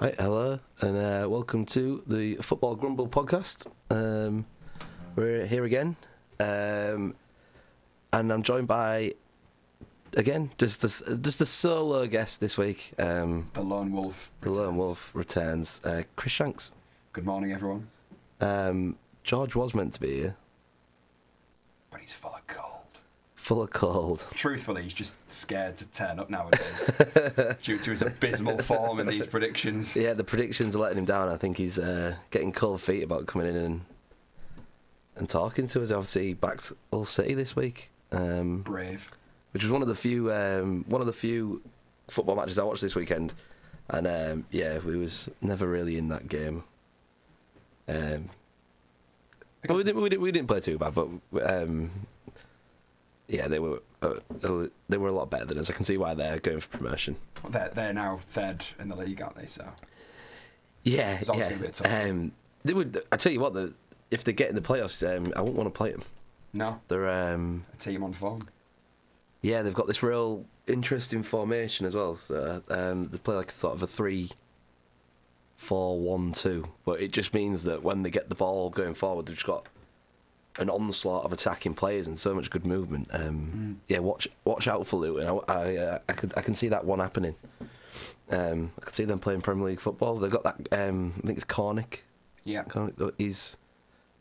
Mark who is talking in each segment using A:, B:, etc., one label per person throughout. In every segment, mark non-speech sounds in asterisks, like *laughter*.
A: Right, hello, and uh, welcome to the Football Grumble podcast. Um, we're here again, um, and I'm joined by again just this, just the solo guest this week. Um,
B: The Lone Wolf.
A: the Lone
B: returns.
A: Wolf returns, uh, Chris Shanks.
B: Good morning, everyone.
A: Um, George was meant to be here,
B: But he's full of cold.
A: full of cold.
B: Truthfully, he's just scared to turn up
A: *laughs*
B: nowadays due to his abysmal form in these predictions.
A: Yeah, the predictions are letting him down. I think he's uh, getting cold feet about coming in and and talking to us. Obviously, he backed Hull City this week. Um,
B: Brave.
A: which was one of the few um, one of the few football matches I watched this weekend, and um, yeah, we was never really in that game. Um, but we didn't, we didn't we didn't play too bad, but um, yeah, they were uh, they were a lot better than us. I can see why they're going for promotion.
B: They're, they're now third in the league, aren't they? So
A: Yeah,
B: It's always
A: yeah.
B: gonna be a tough one.
A: um, they would. I tell you what, the, if they get in the playoffs, um, I wouldn't want to play them.
B: no,
A: They're um,
B: a team on form.
A: yeah, they've got this real interesting formation as well. So um, they play like a sort of a three, four, one, two. But it just means that when they get the ball going forward, they've just got an onslaught of attacking players and so much good movement. Um, Yeah, watch watch out for Luton. I I, uh, I could I can see that one happening. Um, I could see them playing Premier League football. They've got that. Um, I think it's Cornick.
B: Yeah,
A: Cornick that is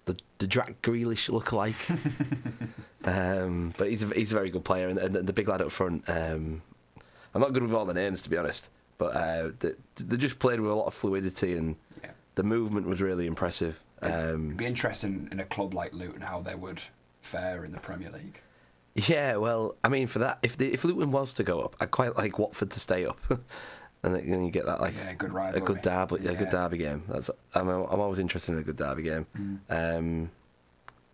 A: the the Jack Grealish lookalike.
B: *laughs*
A: um, but he's a, he's a very good player, and, and the big lad up front. Um, I'm not good with all the names to be honest, but uh, they, they just played with a lot of fluidity, and
B: yeah.
A: the movement was really impressive. Um,
B: It'd be interesting in a club like Luton how they would fare in the Premier League.
A: Yeah, well, I mean, for that, if the, if Luton was to go up, I'd quite like Watford to stay up, *laughs* and then then you get that like
B: Yeah, good
A: a
B: rivalry.
A: good derby, a good
B: Yeah.
A: derby game. That's I'm I'm always interested in a good derby game.
B: Mm.
A: Um,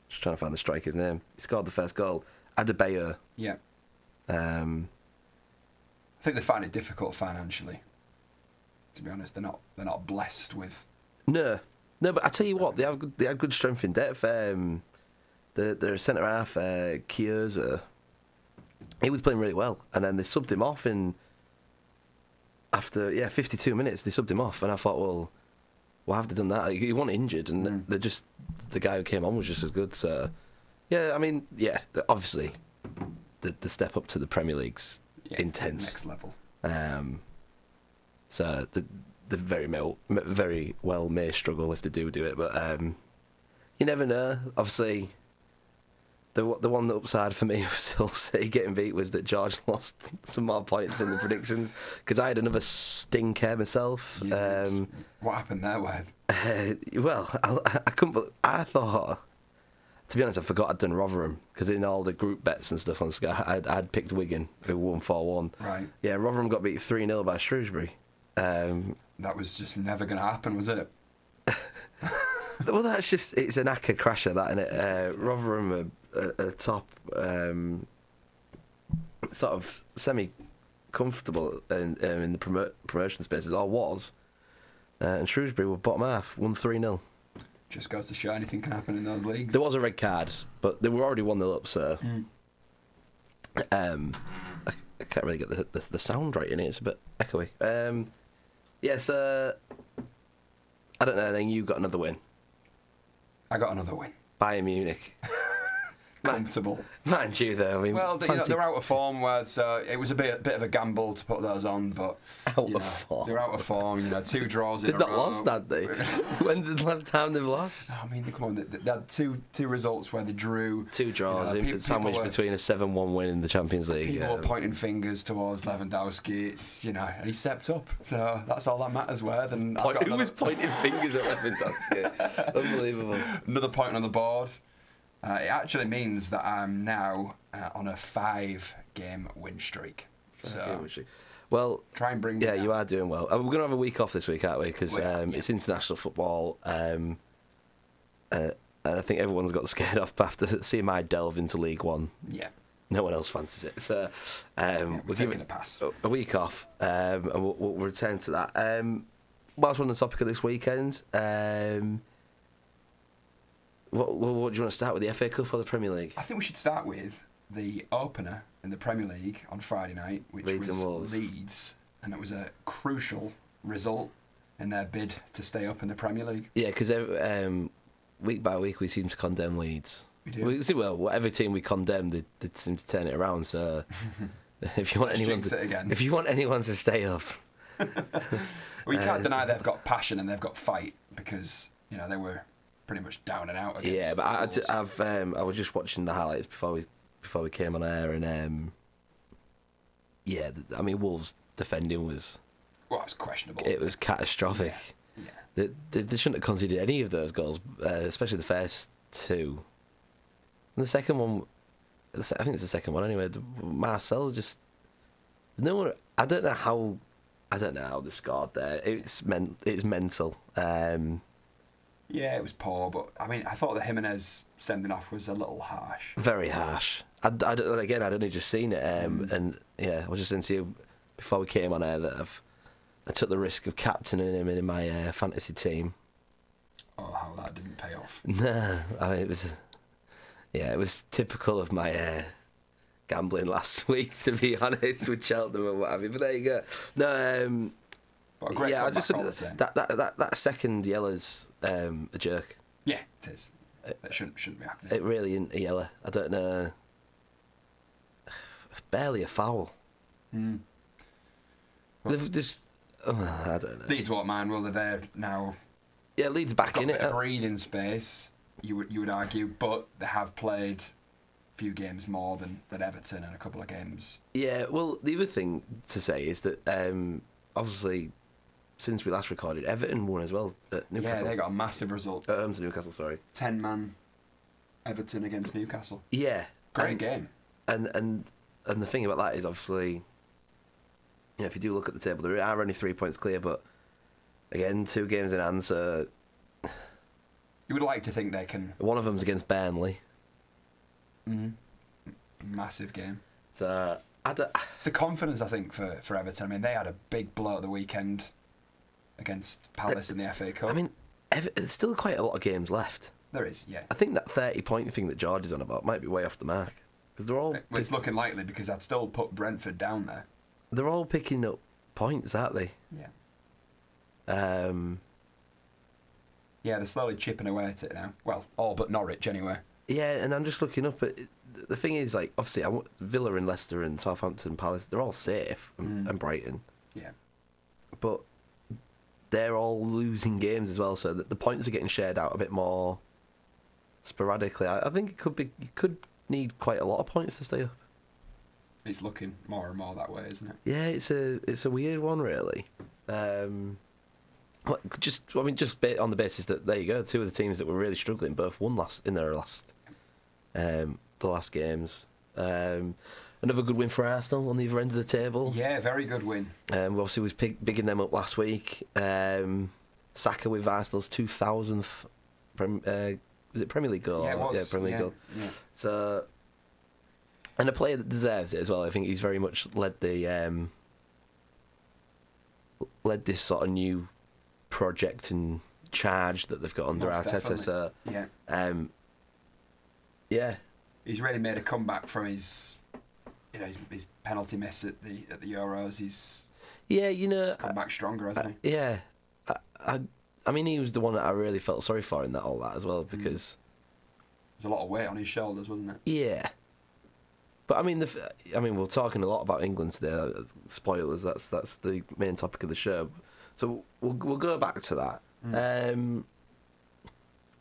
A: just trying to find the striker's name. He scored the first goal. Adebayo.
B: Yeah,
A: Um,
B: I think they find it difficult financially. To be honest, they're not they're not blessed with.
A: no, no, but I tell you what, they have good, they have good strength in depth. Um, the their centre half, uh, Chiesa, he was playing really well, and then they subbed him off in after yeah 52 minutes. They subbed him off, and I thought, well, why have they done that? Like, he wasn't injured, and
B: Mm.
A: they just the guy who came on was just as good. So yeah, I mean, yeah, the- obviously the the step up to the Premier League's
B: Yeah,
A: intense.
B: Next level.
A: Um, so the the very mel, m- very well may struggle if they do do it, but um, you never know. Obviously, the w- the one that upside for me *laughs* was still City getting beat was that George *laughs* lost some more points in the predictions because I had another stinker myself.
B: You did.
A: Um,
B: what happened there, Wade?
A: uh, *laughs* well, I, I couldn't. bel- I thought, to be honest, I forgot I'd done Rotherham because in all the group bets and stuff on Sky, I'd, I'd picked Wigan who won four one.
B: Right.
A: Yeah, Rotherham got beat 3 0 by Shrewsbury. Um,
B: That was just never going to happen, was it?
A: well, that's just, it's an acca crasher, that, isn't it? Uh, Rotherham are, are, are top, um, sort of semi comfortable in, um, in the promo- promotion spaces, or was. Uh, and Shrewsbury were bottom half, won 3 0.
B: Just goes to show anything can happen in those leagues.
A: There was a red card, but they were already 1 0 up, so.
B: Mm.
A: Um, I, I can't really get the, the, the sound right in it, it's a bit echoey. Um, yes, uh, I don't know, then you got another win.
B: I got another win.
A: Bayern Munich. *laughs*
B: Comfortable.
A: Mind you, though, I mean,
B: Well, they, you know,
A: fancy
B: they're out of form, word, so it was a bit, bit of a gamble to put those on, but
A: Out
B: you
A: of
B: know,
A: form.
B: they're out of form. You know, two draws in
A: they've
B: a
A: not
B: row.
A: lost, had they? *laughs* when did the last time they've lost?
B: *laughs* I mean, come on, they, they had two two results where they drew.
A: Two draws,
B: You know,
A: in-
B: pe-
A: sandwiched
B: people were-
A: between a 7 1 win in the Champions League.
B: People were
A: um,
B: pointing fingers towards Lewandowski. It's you know, and he stepped up, so that's all that matters. Worth and I've
A: point-
B: got
A: who
B: another-
A: was
B: *laughs*
A: pointing fingers at Lewandowski? Unbelievable.
B: another point on the board. Uh, it actually means that I'm now uh, on a five game win streak. So
A: Well,
B: try and bring me
A: yeah, you
B: down.
A: are doing well. Uh, We're going to have a week off this week, aren't we? Because
B: We are,
A: um,
B: yeah.
A: it's international football. Um, uh, and I think everyone's got *laughs* scared off after seeing my delve into League One.
B: Yeah.
A: No one else fancies it. So um,
B: Yeah, we're
A: we'll give it
B: taking a pass.
A: a- a week off um, and we'll, we'll return to that. Um, whilst we're on the topic of this weekend, um, what, what, what do you want to start with? The FA Cup or the Premier League?
B: I think we should start with the opener in the Premier League on Friday night, which
A: Leeds and
B: was
A: Wolves.
B: Leeds, and it was a crucial result in their bid to stay up in the Premier League.
A: Yeah, because um, week by week we seem to condemn Leeds.
B: We do.
A: see, well, whatever team we condemn, they, they seem to turn it around.
B: *laughs*
A: So if you want
B: Let's
A: anyone,
B: jinx it
A: to,
B: again.
A: if you want anyone to stay up,
B: We
A: Uh,
B: can't deny they've got passion and they've got fight because you know they were pretty much down and out. Against
A: yeah. But I,
B: Wolves.
A: I, have um, I was just watching the highlights before we before we came on air, and um, yeah, th- I mean Wolves defending was
B: well, it's questionable.
A: it was catastrophic.
B: yeah.
A: They, they, they shouldn't have conceded any of those goals, uh, especially the first two. And the second one, the se- I think it's the second one anyway. the- Marcel just no one. I don't know how. I don't know how they scored there. It's men. It's mental. Um,
B: Yeah, it was poor, but I mean, I thought the Jimenez sending off was a little harsh.
A: very harsh. I, I don't, again, I'd only just seen it, um, and yeah, I was just saying to you before we came on air that I've I took the risk of captaining him in my uh, fantasy team.
B: Oh, how that didn't pay off.
A: No, I mean, it was, yeah, it was typical of my uh, gambling last *laughs* week, to be honest, with Cheltenham and what have you. But there you go. No, um,
B: But a great
A: yeah, I
B: comeback
A: just
B: all the same.
A: that, that that that second yellow's um, a jerk.
B: yeah, it is. That shouldn't shouldn't be happening.
A: It really isn't a yellow. I don't know. *sighs* Barely a foul.
B: Mm.
A: They've just, oh, I don't know.
B: Leeds won't mind, will they? They're now
A: yeah, Leeds back
B: got a
A: in
B: bit
A: it.
B: of breathing space. You would you would argue, but they have played a few games more than, than Everton and a couple of games.
A: Yeah, well, the other thing to say is that um, obviously, since we last recorded, Everton won as well at Newcastle.
B: Yeah, they got a massive result.
A: at home to Newcastle. Sorry.
B: Ten man, Everton against Newcastle.
A: Yeah.
B: Great
A: and,
B: game.
A: And and and the thing about that is obviously, you know, if you do look at the table, there are only three points clear, but again, two games in hand. So
B: You would like to think they can
A: one of them's against Burnley.
B: massive game.
A: So I don't.
B: It's the confidence I think for, for Everton. I mean, they had a big blow at the weekend against Palace in the FA Cup.
A: I mean, Ever- there's still quite a lot of games left.
B: there is, yeah.
A: I think that thirty point thing that George is on about might be way off the mark because they're all
B: Well, It's
A: pick-
B: looking likely because I'd still put Brentford down there.
A: they're all picking up points, aren't they?
B: Yeah.
A: Um,
B: Yeah, they're slowly chipping away at it now. Well, all but Norwich anyway.
A: Yeah, and I'm just looking up at the thing is like obviously I want Villa and Leicester and Southampton Palace they're all safe and, and Brighton,
B: Yeah.
A: but they're all losing games as well, so that the points are getting shared out a bit more sporadically. I, I think it could be you could need quite a lot of points to stay up.
B: It's looking more and more that way, isn't it?
A: Yeah, it's a it's a weird one really. Um, what- just I mean just ba- on the basis that there you go, two of the teams that were really struggling both won last in their last um, the last games. Um, another good win for Arsenal on the other end of the table.
B: Yeah, very good win.
A: Um, we obviously was pig- bigging them up last week. Um, Saka with Arsenal's two thousandth prem- uh, was it Premier League goal?
B: yeah, it was.
A: Premier League
B: yeah,
A: Oh, goal.
B: yeah.
A: So, and a player that deserves it as well. I think he's very much led the um, led this sort of new project and charge that they've got under
B: Most
A: Arteta.
B: definitely.
A: So,
B: Yeah.
A: um, yeah,
B: He's really made a comeback from his, you know, his, his penalty miss at the at the Euros. He's
A: yeah, you know,
B: come back stronger, hasn't
A: I-
B: he?
A: yeah, I, I, I mean, he was the one that I really felt sorry for in that all that as well
B: Mm.
A: because
B: There's a lot of weight on his shoulders, wasn't it?
A: yeah. But I mean, the, f- I mean, we're talking a lot about England today. uh, Spoilers. That's that's the main topic of the show. So we'll we'll go back to that.
B: Mm.
A: Um,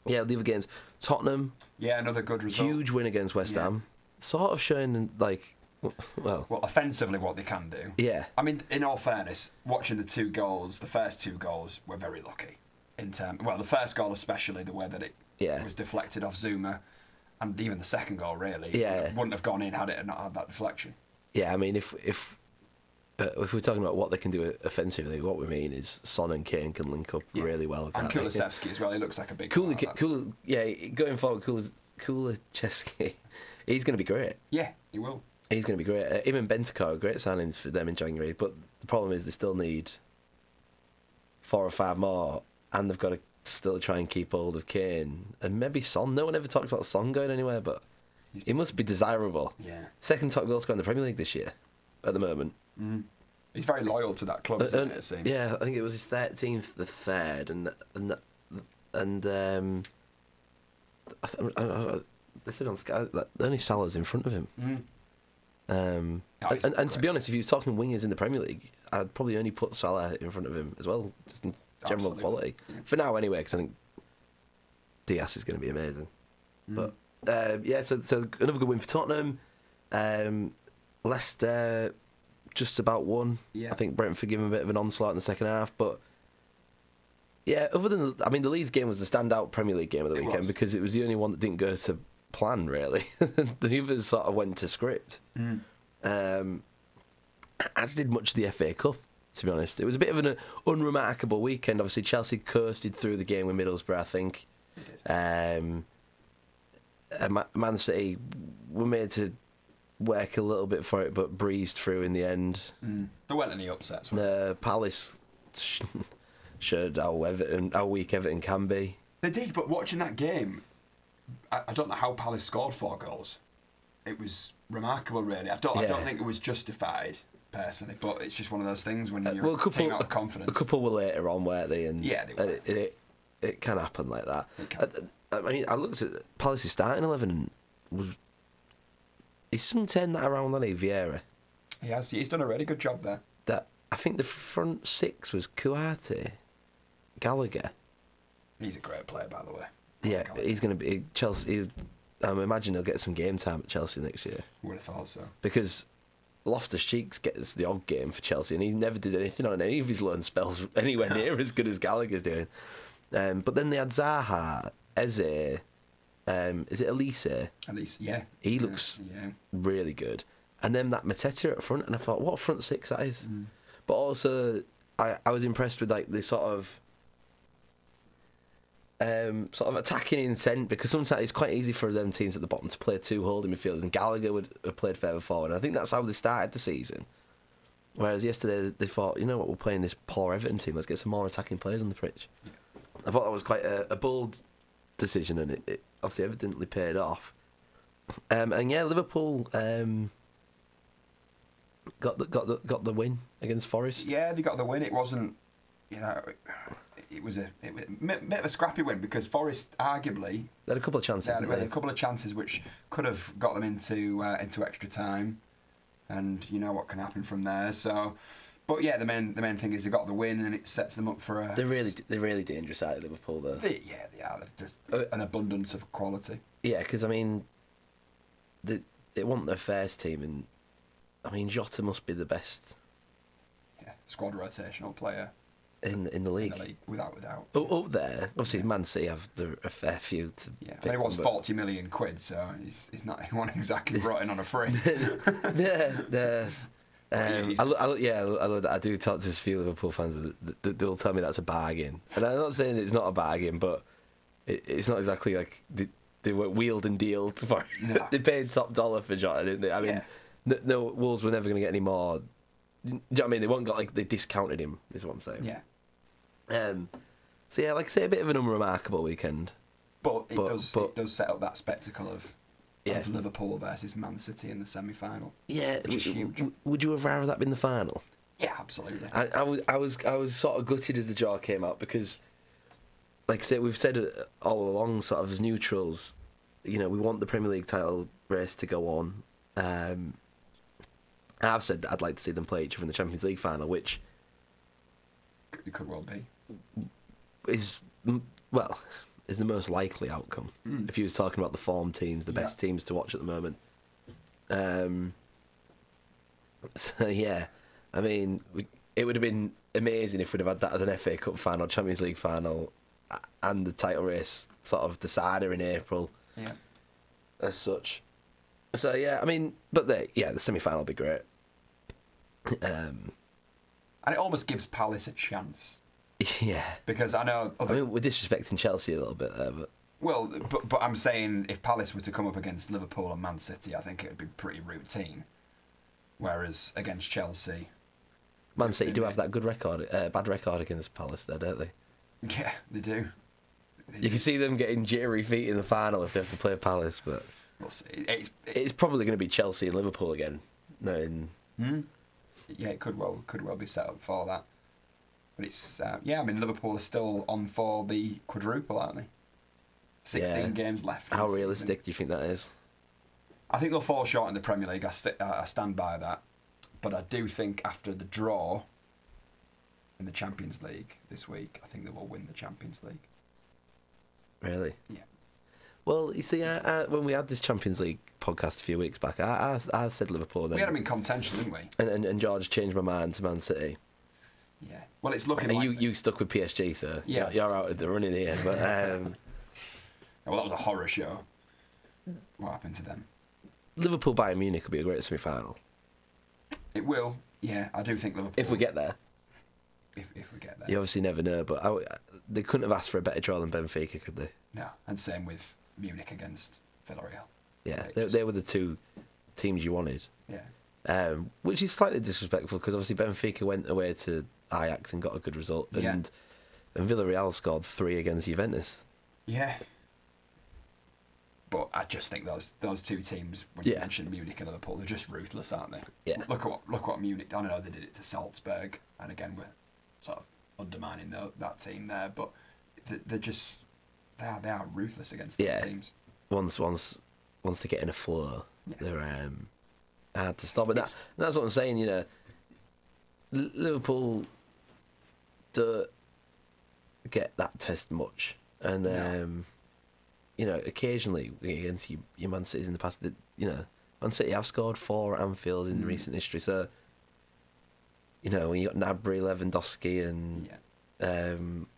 A: yeah, the other games. Tottenham,
B: Yeah, another good result.
A: huge win against West
B: Oh. Yeah.
A: Ham. Sort of showing like, w- well,
B: Well, offensively, what they can do.
A: yeah,
B: I mean, in all fairness, watching the two goals, the first two goals were very lucky. In term, well, the first goal especially, the way that it
A: Yeah.
B: was deflected off Zuma, and even the second goal really
A: Yeah.
B: wouldn't have gone in had it not had that deflection.
A: yeah. I mean, if if uh, if we're talking about what they can do offensively, what we mean is Son and Kane can link up really well.
B: And
A: can't they?
B: Kulisevsky as well. He looks like a big.
A: Cooler,
B: player, that-
A: cooler, yeah. Going forward, cooler, cooler Chesky. *laughs* He's going to be great.
B: Yeah, he will.
A: He's going to be great. Uh, him and Bentacore are great signings for them in January, but the problem is they still need four or five more, and they've got to still try and keep hold of Kane and maybe Son. No one ever talks about Son going anywhere, but
B: He's-
A: he must be desirable.
B: Yeah.
A: Second top goal scorer in the Premier League this year, at the moment.
B: He's very loyal to that club,
A: Uh,
B: isn't
A: and-
B: it, it seems?
A: yeah, I think it was his thirteenth, the third, and and and um, I th- I, I, I, they said on Sky that only Salah's in front of him.
B: Mm.
A: Um,
B: No,
A: and,
B: Oh, he's
A: and, and to
B: great.
A: be honest, if you was talking wingers in the Premier League, I'd probably only put Salah in front of him as well, just in general
B: Absolutely.
A: quality
B: Yeah.
A: for now anyway. Because I think Diaz is going to be amazing.
B: Mm.
A: But uh, yeah, so so another good win for Tottenham. Um, Leicester just about won.
B: Yeah.
A: I think Brentford gave them a bit of an onslaught in the second half, but yeah, other than I mean, the Leeds game was the standout Premier League game of the
B: It
A: weekend
B: was.
A: because it was the only one that didn't go to plan really. *laughs* the others sort of went to script,
B: Mm.
A: um, as did much of the FA Cup. To be honest, it was a bit of an unremarkable weekend. Obviously, Chelsea coasted through the game with Middlesbrough. I think.
B: He did.
A: Um, uh, Ma- Man City were made to work a little bit for it, but breezed through in the end.
B: Mm. There weren't any upsets. were there?
A: The Palace sh- showed how Everton, how weak Everton can be.
B: They did, but watching that game, I, I don't know how Palace scored four goals. It was remarkable, really. I don't, I don't
A: Yeah.
B: think it was justified personally, but it's just one of those things when
A: Uh,
B: you're
A: well, a
B: team
A: couple,
B: out
A: a,
B: of confidence.
A: a couple were later on, weren't they? And
B: Yeah, they were.
A: and It, it, it can happen like that.
B: It can.
A: I, I mean, I looked at Palace's starting eleven. and Was he's soon turned that around, hasn't he, Vieira?
B: He has. He's done a really good job there.
A: That I think the front six was Kuate, Gallagher.
B: He's a great player, by the way.
A: Yeah,
B: Gallagher.
A: he's going to be Chelsea. he's- I'm imagine he'll get some game time at Chelsea next year
B: Would have thought so.
A: because Loftus Cheeks gets the odd game for Chelsea, and he never did anything on any of his loan spells *laughs* anywhere near as good as Gallagher's doing. Um, but then they had Zaha, Eze, um, is it Elise?
B: At least, yeah.
A: He
B: Yeah,
A: looks-
B: Yeah.
A: Really good. And then that Mateta at front, and I thought, what a front six that is. But also, I, I was impressed with like the sort of um, sort of attacking intent because sometimes it's quite easy for them teams at the bottom to play two holding midfielders, and Gallagher would have played further forward. And I think that's how they started the season. Whereas yesterday they thought, you know what, we're playing this poor Everton team. Let's get some more attacking players on the pitch.
B: Yeah.
A: I thought that was quite a, a bold decision, and it, it obviously evidently paid off. Um, and yeah, Liverpool um, got the got the got the win against Forest.
B: Yeah, they got the win. It wasn't, you know, it was a it was a bit bit of a scrappy win because Forest arguably
A: They had a couple of chances.
B: they had,
A: didn't
B: had a
A: they?
B: couple of chances which could have got them into uh, into extra time, and you know what can happen from there. So, but yeah, the main the main thing is they got the win and it sets them up for a.
A: They're really, they're really dangerous out of Liverpool, though.
B: They- yeah, they are. They've just
A: Uh,
B: an abundance of quality.
A: Yeah, because I mean, they they want their first team, and I mean Jota must be the best
B: Yeah, squad rotational player
A: in in the
B: in
A: league.
B: the league without without.
A: Oh, up there, obviously Man City have the, a fair few to
B: Yeah, and
A: pick
B: it was
A: from,
B: forty million quid, so he's, he's not *laughs* he
A: *laughs*
B: wasn't exactly brought in on a free.
A: but- *laughs* yeah, yeah. Um,
B: he's-
A: I, lo- I, lo- yeah, I, lo- I, lo- I do talk to a few Liverpool fans that, that they'll tell me that's a bargain, and I'm not saying it's not a bargain, but it, it's not exactly like they, they were wheeled and dealed for.
B: No.
A: *laughs* they paid top dollar for Jota, didn't they? I mean,
B: Yeah.
A: no, no Wolves were never going to get any more. Do you know what I mean? They weren't got like they discounted him. Is what I'm saying.
B: yeah,
A: Um, so yeah, like I say, a bit of an unremarkable weekend.
B: but it
A: But-
B: does
A: but-
B: it does set up that spectacle of
A: Yeah.
B: of Liverpool versus Man City in the semi final.
A: Yeah,
B: Which is
A: w-
B: huge.
A: w- would you have rather that been the final?
B: Yeah, absolutely.
A: I, I was I was I was sort of gutted as the jar came out because, like I said, we've said it all along, sort of as neutrals, you know, we want the Premier League title race to go on. Um, I've said that I'd like to see them play each other in the Champions League final, which
B: It could well be.
A: is mm, well *laughs* is the most likely outcome. If you was talking about the form teams, the
B: Yeah.
A: best teams to watch at the moment. Um. *laughs* So yeah, I mean, we, it would have been amazing if we'd have had that as an FA Cup final, Champions League final, a- and the title race sort of decider in April
B: Yeah.
A: as such. So yeah, I mean, but the yeah, the semi final would be great. *laughs* Um.
B: And it almost gives Palace a chance
A: Yeah.
B: because I know
A: I
B: other.
A: mean, we're disrespecting Chelsea a little bit there, but
B: well, but, but I'm saying if Palace were to come up against Liverpool and Man City, I think it would be pretty routine. Whereas against Chelsea, *laughs*
A: Man City do have that good record, uh, bad record against Palace, there, don't they?
B: yeah, they do. They
A: You
B: do.
A: can see them getting jittery feet in the final if they have to play Palace, but
B: We'll see. It's,
A: it's probably going to be Chelsea and Liverpool again. No, in
B: Hmm? yeah, it could well could well be set up for that. But it's uh, yeah, I mean Liverpool are still on for the quadruple, aren't they? Sixteen
A: Yeah.
B: games left. in
A: How
B: the season.
A: realistic do you think that is?
B: I think they'll fall short in the Premier League. I, st- uh, I I stand by that, but I do think after the draw in the Champions League this week, I think they will win the Champions League.
A: Really?
B: Yeah.
A: Well, you see, I, I, when we had this Champions League podcast a few weeks back, I, I, I said Liverpool
B: We had
A: then,
B: them in contention, didn't we?
A: and, and, and George changed my mind to Man City.
B: Yeah. Well, it's looking.
A: And
B: like
A: you you stuck with PSG, sir.
B: Yeah.
A: You're, you're out of the running here, but
B: *laughs*
A: um,
B: Well, Oh, that was a horror show. What happened to them?
A: Liverpool Bayern Munich will be a great semi-final
B: It will. Yeah, I do think Liverpool.
A: if we get there.
B: if, if we get there.
A: You obviously never know, but I, they couldn't have asked for a better draw than Benfica, could they?
B: No, and same with Munich against Villarreal.
A: Yeah,
B: Right,
A: they,
B: just-
A: they were the two teams you wanted,
B: Yeah.
A: um, which is slightly disrespectful because obviously Benfica went away to Ajax and got a good result, and
B: Yeah.
A: and Villarreal scored three against Juventus.
B: Yeah. But I just think those those two teams, when you
A: Yeah.
B: mentioned Munich and Liverpool, they're just ruthless, aren't they?
A: Yeah.
B: Look at what look what Munich. I know they did it to Salzburg, and again we're sort of undermining tho- that team there, but th- they're just they are they are ruthless against these
A: Yeah.
B: teams.
A: Once once once they get in a flow,
B: Yeah.
A: they're um, hard to stop, and, that,
B: It's-
A: and that's what I'm saying. You know, L- Liverpool don't get that test much, and
B: No.
A: um, you know, occasionally against your, your Man City's in the past, that you know, Man City have scored four at Anfield in
B: Mm.
A: recent history, so you know when you got Nabry, Lewandowski, and
B: Yeah.
A: um,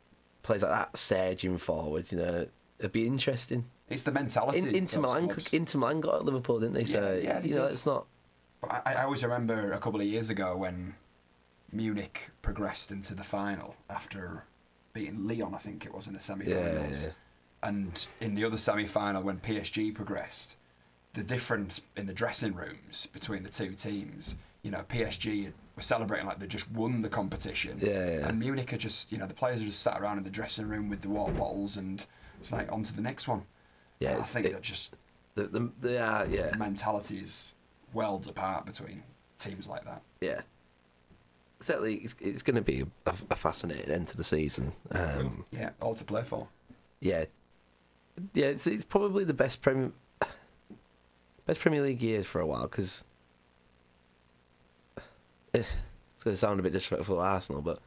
A: players like that surging forward, you know, it'd be interesting.
B: It's the mentality.
A: In,
B: of
A: Inter
B: those
A: Milan,
B: clubs.
A: Inter Milan got at Liverpool, didn't they? So
B: Yeah, yeah, they
A: you know,
B: did.
A: it's not.
B: But I, I always remember a couple of years ago when Munich progressed into the final after beating Leon, I think it was in the semi-finals,
A: Yeah, yeah.
B: and in the other semi-final when PSG progressed, the difference in the dressing rooms between the two teams. You know, PSG were celebrating like they just won the competition,
A: Yeah, yeah.
B: and Munich are just you know the players are just sat around in the dressing room with the water bottles and it's like on to the next one.
A: Yeah,
B: I
A: it's-
B: think
A: it-
B: that just
A: The, the, they are, yeah,
B: mentalities worlds apart between teams like that.
A: yeah. Certainly, it's, it's going to be a, a fascinating end to the season. Um,
B: Yeah, all to play for.
A: yeah, yeah. It's, it's probably the best Premier best Premier League year for a while because it's going to sound a bit disrespectful to Arsenal, but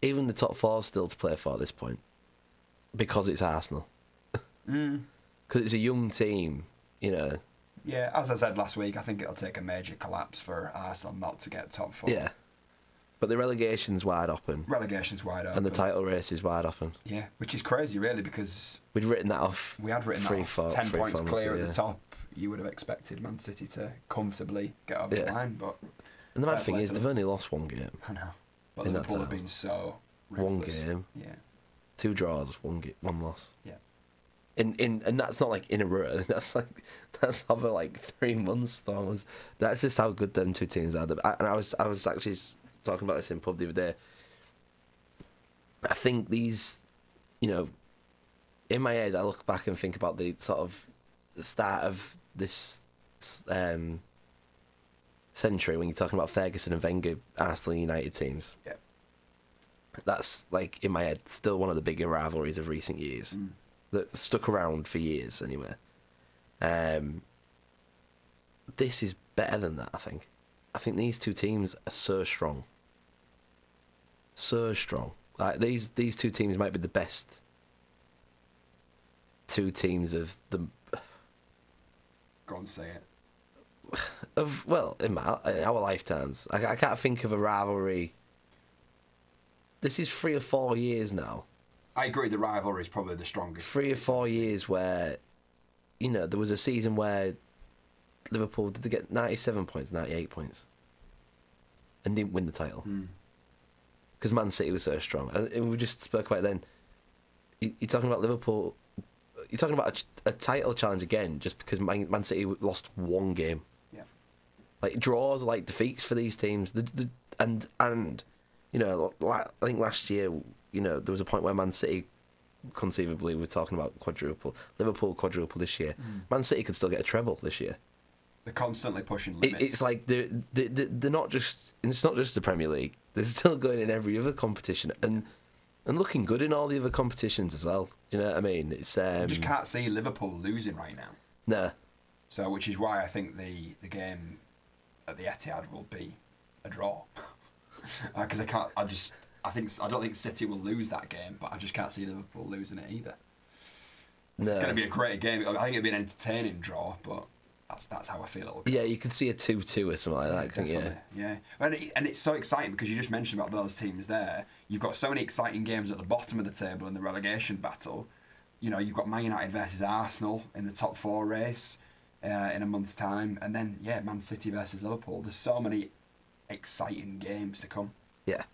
A: even the top four still to play for at this point because it's Arsenal
B: Mm.
A: because it's a young team, you know.
B: Yeah, as I said last week, I think it'll take a major collapse for Arsenal not to get top four.
A: Yeah, but the relegation's wide open
B: Relegation's wide open.
A: and the title race is wide open.
B: Yeah, which is crazy, really, because
A: We'd written that off.
B: we had written
A: Three
B: that off
A: four-
B: 10
A: three
B: points
A: four months
B: clear
A: ago,
B: at
A: yeah.
B: the top. You would have expected Man City to comfortably get over the
A: Yeah.
B: line, but
A: And the mad
B: Fair
A: thing
B: play
A: is,
B: to
A: they've
B: them.
A: only lost one game,
B: I know. But
A: In that
B: Liverpool have
A: time.
B: been so
A: one
B: ruthless.
A: game,
B: Yeah,
A: two draws, one ga- one loss.
B: yeah.
A: In in and that's not like in a row. *laughs* That's like that's over like three months. Thomas. That's just how good them two teams are. The- I- And I was I was actually s- talking about this in pub the other day. I think these, you know, in my head, I look back and think about the sort of the start of this um, century when you're talking about Ferguson and Wenger, Arsenal, and United teams.
B: Yeah.
A: That's like in my head, still one of the bigger rivalries of recent years
B: Mm.
A: that stuck around for years anyway. Um, this is better than that, I think. I think these two teams are so strong. So strong. Like these these two teams might be the best two teams of the
B: Go on, say it.
A: of well in my in our lifetimes. I, I can't think of a rivalry. This is three or four years now
B: I agree, the rivalry is probably the strongest.
A: three or
B: it's
A: four
B: ever seen.
A: years where, you know, there was a season where Liverpool did they get 97 points, 98 points, and didn't win the title
B: Mm.
A: because Man City was so strong. And and we just spoke about it then. You- You're talking about Liverpool. You're talking about a, ch- a title challenge again, just because Man, Man City lost one game.
B: Yeah.
A: Like draws, are like defeats for these teams. The, the, and and you know, la I think last year, you know, there was a point where Man City, conceivably,
B: Hmm.
A: we're talking about quadruple. Liverpool quadruple this year. Man City could still get a treble this year.
B: They're constantly pushing
A: It,
B: limits.
A: it's like they're, they're, they're not just, and it's not just the Premier League. They're still going in every other competition and and looking good in all the other competitions as well. Do you know what I mean? It's
B: I
A: um,
B: just can't see Liverpool losing right now.
A: nah,
B: So, which is why I think the, the game at the Etihad will be a draw. *laughs* Because I can't, I just, I think, I don't think City will lose that game, but I just can't see Liverpool losing it either. It's
A: No.
B: going to be a great game. I think it'll be an entertaining draw, but that's that's how I feel it'll be.
A: yeah, you could see a two-two or something like that, couldn't you?
B: Definitely, yeah. And, it, and it's so exciting because you just mentioned about those teams there. You've got so many exciting games at the bottom of the table in the relegation battle. You know, you've got Man United versus Arsenal in the top four race uh, in a month's time, and then yeah, Man City versus Liverpool. There's so many exciting games to come,
A: Yeah,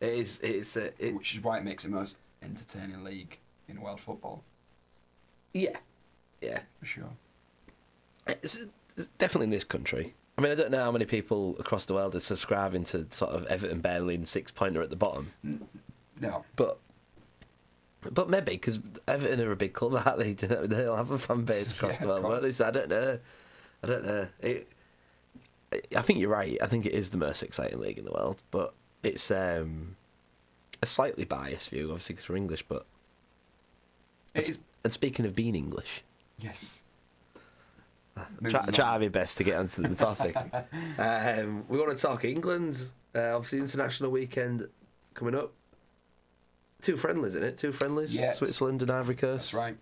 A: it is. It's a. It,
B: which is why it makes it the most entertaining league in world football
A: yeah, yeah.
B: for sure.
A: It's, it's definitely in this country. I mean, I don't know how many people across the world are subscribing to sort of Everton barely in six pointer at the bottom,
B: No,
A: but but maybe because Everton are a big club, *laughs* aren't they? Do you know, They'll have a fan base across the
B: Yeah, of
A: world. won't they?
B: course.
A: So I don't know. I don't know. It, I think you're right. I think it is the most exciting league in the world, but it's um, a slightly biased view, obviously, because we're English. But
B: it is.
A: and speaking of being English,
B: Yes.
A: try,
B: Moves
A: try
B: on.
A: my best to get onto the
B: *laughs*
A: topic. um, we want to talk England. Uh, obviously, international weekend coming up. Two friendlies, isn't it? Two friendlies.
B: Yes.
A: Switzerland and Ivory Coast.
B: That's right.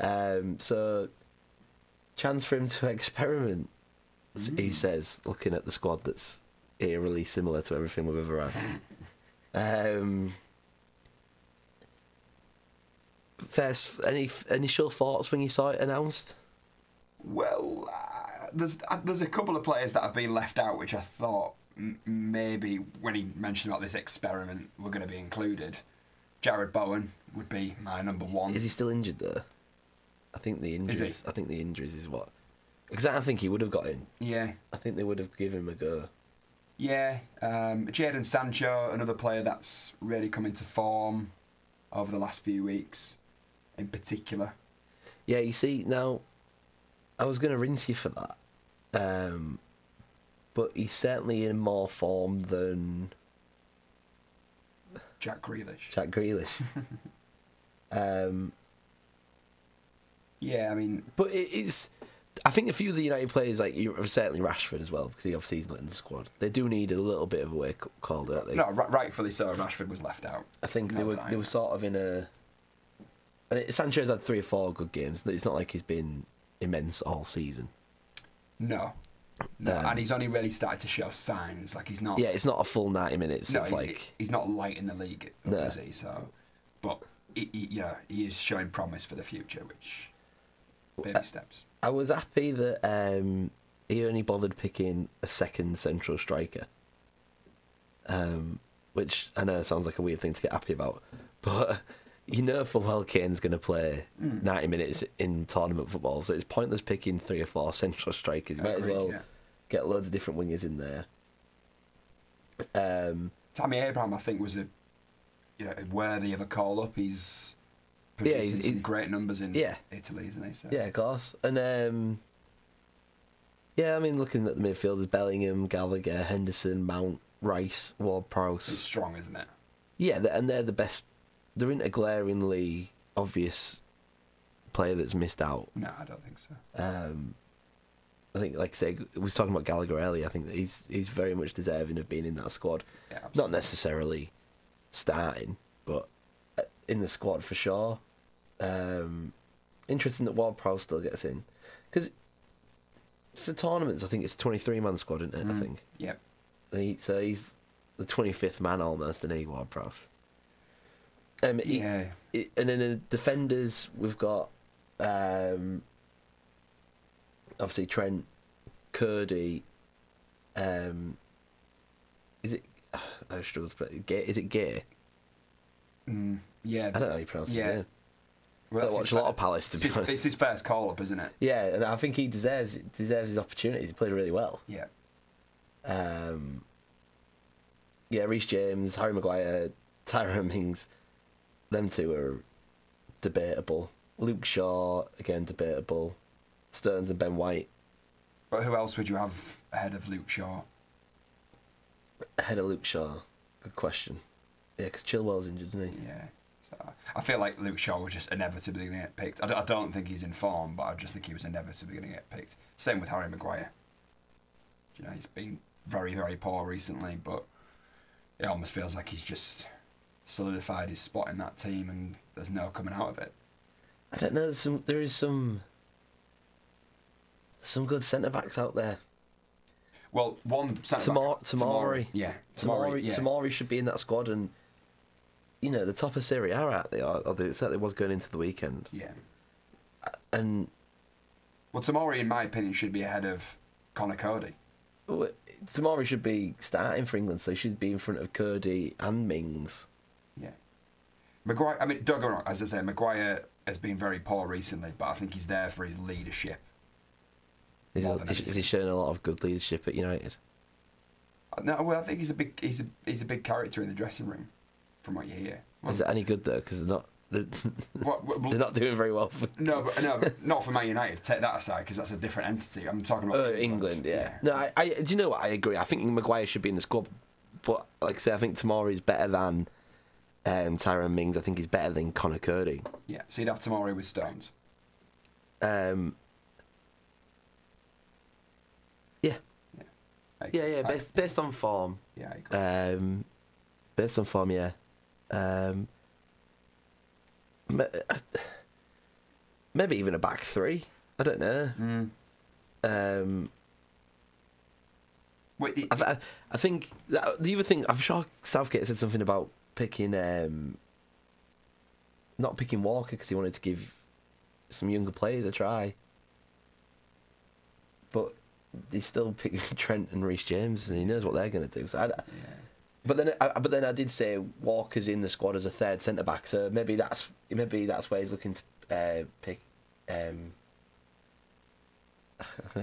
A: Um, so, chance for him to *laughs* experiment. s- He
B: Mm.
A: says, looking at the squad that's eerily similar to everything we've ever
B: *laughs*
A: had. um, first, any initial thoughts when you saw it announced?
B: Well, uh, there's uh, there's a couple of players that have been left out, which I thought m- maybe when he mentioned about this experiment were going to be included. Jared Bowen would be my number one.
A: Is he still injured though? I think the
B: Um, he?
A: injuries. I think the injuries is what. Because I think he would have got in.
B: Yeah,
A: I think they would have given him a go.
B: yeah. Um, Jadon Sancho, another player that's really come into form over the last few weeks, in particular.
A: Yeah, you see now, I was going to rinse you for that, um, but he's certainly in more form than
B: Jack Grealish.
A: Jack Grealish. um,
B: Yeah, I mean,
A: but it is. I think a few of the United players, like you, certainly Rashford as well, because he obviously he's not in the squad. They do need a little bit of a wake up call, don't they?
B: no, ri- rightfully so. Rashford was left out.
A: I think they
B: No
A: were
B: doubt.
A: they were sort of in a. And it, Sancho's had three or four good games. It's not like he's been immense all season.
B: No, no,
A: Um,
B: and he's only really started to show signs. Like he's not.
A: Yeah, it's not a full ninety minutes
B: Oh. no,
A: of
B: he's,
A: like
B: he's not light in the league,
A: No.
B: is he? So, but he, he, yeah, he is showing promise for the future, which
A: uh,
B: baby steps.
A: I was happy that um, he only bothered picking a second central striker, um, which I know sounds like a weird thing to get happy about, but *laughs* you know for well Kane's going to play
B: Hmm.
A: ninety minutes in tournament football, so it's pointless picking three or four central strikers. You might as
B: Agreed,
A: well
B: yeah.
A: get loads of different wingers in there. Um,
B: Tammy Abraham, I think, was a you know worthy of a call up. He's
A: Yeah,
B: producing
A: he's-
B: some
A: he's-
B: great numbers in
A: yeah.
B: Italy, isn't he? So,
A: yeah, of course, and um, yeah, I mean looking at the midfielders: Bellingham, Gallagher, Henderson, Mount, Rice, Ward Prowse.
B: it's strong, isn't it?
A: Yeah, th- and they're the best. They're in a glaringly obvious player that's missed out.
B: No, I don't think so.
A: Um, I think, like I say, we was talking about Gallagher earlier. I think that he's he's very much deserving of being in that squad.
B: Yeah,
A: Not
B: absolutely.
A: necessarily starting, but uh, in the squad for sure. Um, interesting that Ward Prowse still gets in because for tournaments, I think it's twenty three man squad, isn't it? I
B: Mm.
A: think
B: Yep.
A: he, so he's the 25th man almost in Eward Prowse. Um, he-
B: Yeah.
A: he- and then the defenders, we've got um, obviously Trent, Curdy, um, is it, *sighs* I struggle to play, Gay, is it Gay?
B: Mm, yeah.
A: I don't know how you pronounce it.
B: Yeah.
A: Yeah.
B: Well,
A: I
B: that's
A: watch
B: his
A: a lot
B: fir-
A: of Palace, to
B: it's
A: be
B: his-
A: honest.
B: It's his first call up, isn't it?
A: Yeah, and I think he deserves deserves his opportunities. He played really well.
B: Yeah.
A: Um, yeah, Reece James, Harry Maguire, *laughs* Tyrone Mings, them two are debatable. Luke Shaw, again, debatable. Stearns and Ben White,
B: But who else would you have ahead of Luke Shaw?
A: Ahead of Luke Shaw. Good question. Yeah, because Chilwell's injured, isn't he?
B: Yeah. So I feel like Luke Shaw was just inevitably going to get picked. I don't, I don't think he's in form, but I just think he was inevitably going to get picked. Same with Harry Maguire. You know, he's been very, very poor recently, but it almost feels like he's just solidified his spot in that team and there's no coming out of it.
A: I don't know. There's some, there is some. Some good centre backs out there.
B: Well, one centre
A: Tamar-
B: back-
A: Tamari.
B: Yeah.
A: Tamari,
B: yeah.
A: Tamari should be in that squad, and you know the top of Serie A, out there, or they certainly was going into the weekend.
B: Yeah.
A: And
B: Well, Tamari, in my opinion, should be ahead of Connor Cody.
A: w- Tamari should be starting for England, so he should be in front of Cody and Mings.
B: Yeah. Maguire, I mean, don't get me wrong, as I say, Maguire has been very poor recently, but I think he's there for his leadership.
A: Is,
B: More than
A: is, is he
B: anything.
A: showing a lot of good leadership at United?
B: No, well, I think he's a big, he's a, he's a big character in the dressing room, from what you hear. Well,
A: Is it any good though? Because they're not they're, *laughs*
B: what- what-
A: they're not doing very well for
B: No, but no,
A: *laughs*
B: but not for Man United. Take that aside, because that's a different entity. I'm talking about
A: uh, England. Yeah. No, I, I do you know what I agree. I think Maguire should be in the squad, but like I say, I think Tamari is better than um, Tyron Mings. I think he's better than Connor Cody.
B: Yeah, So you'd have Tamari with Stones.
A: Um, yeah,
B: Yeah. I-
A: yeah, yeah.
B: I-
A: Based based on form,
B: yeah, I agree.
A: um, based on form, yeah. Um, ma- uh, maybe even a back three. I don't know.
B: Mm.
A: Um,
B: Wait, it-
A: I, th- I think that, the other thing I'm sure Southgate said something about picking, um, not picking Walker because he wanted to give some younger players a try, but they still pick *laughs* Trent and Reece James, and he knows what they're going to do. So, I,
B: yeah.
A: but then, I, but then I did say Walker's in the squad as a third centre back, so maybe that's maybe that's where he's looking to uh, pick. Um, *laughs* uh,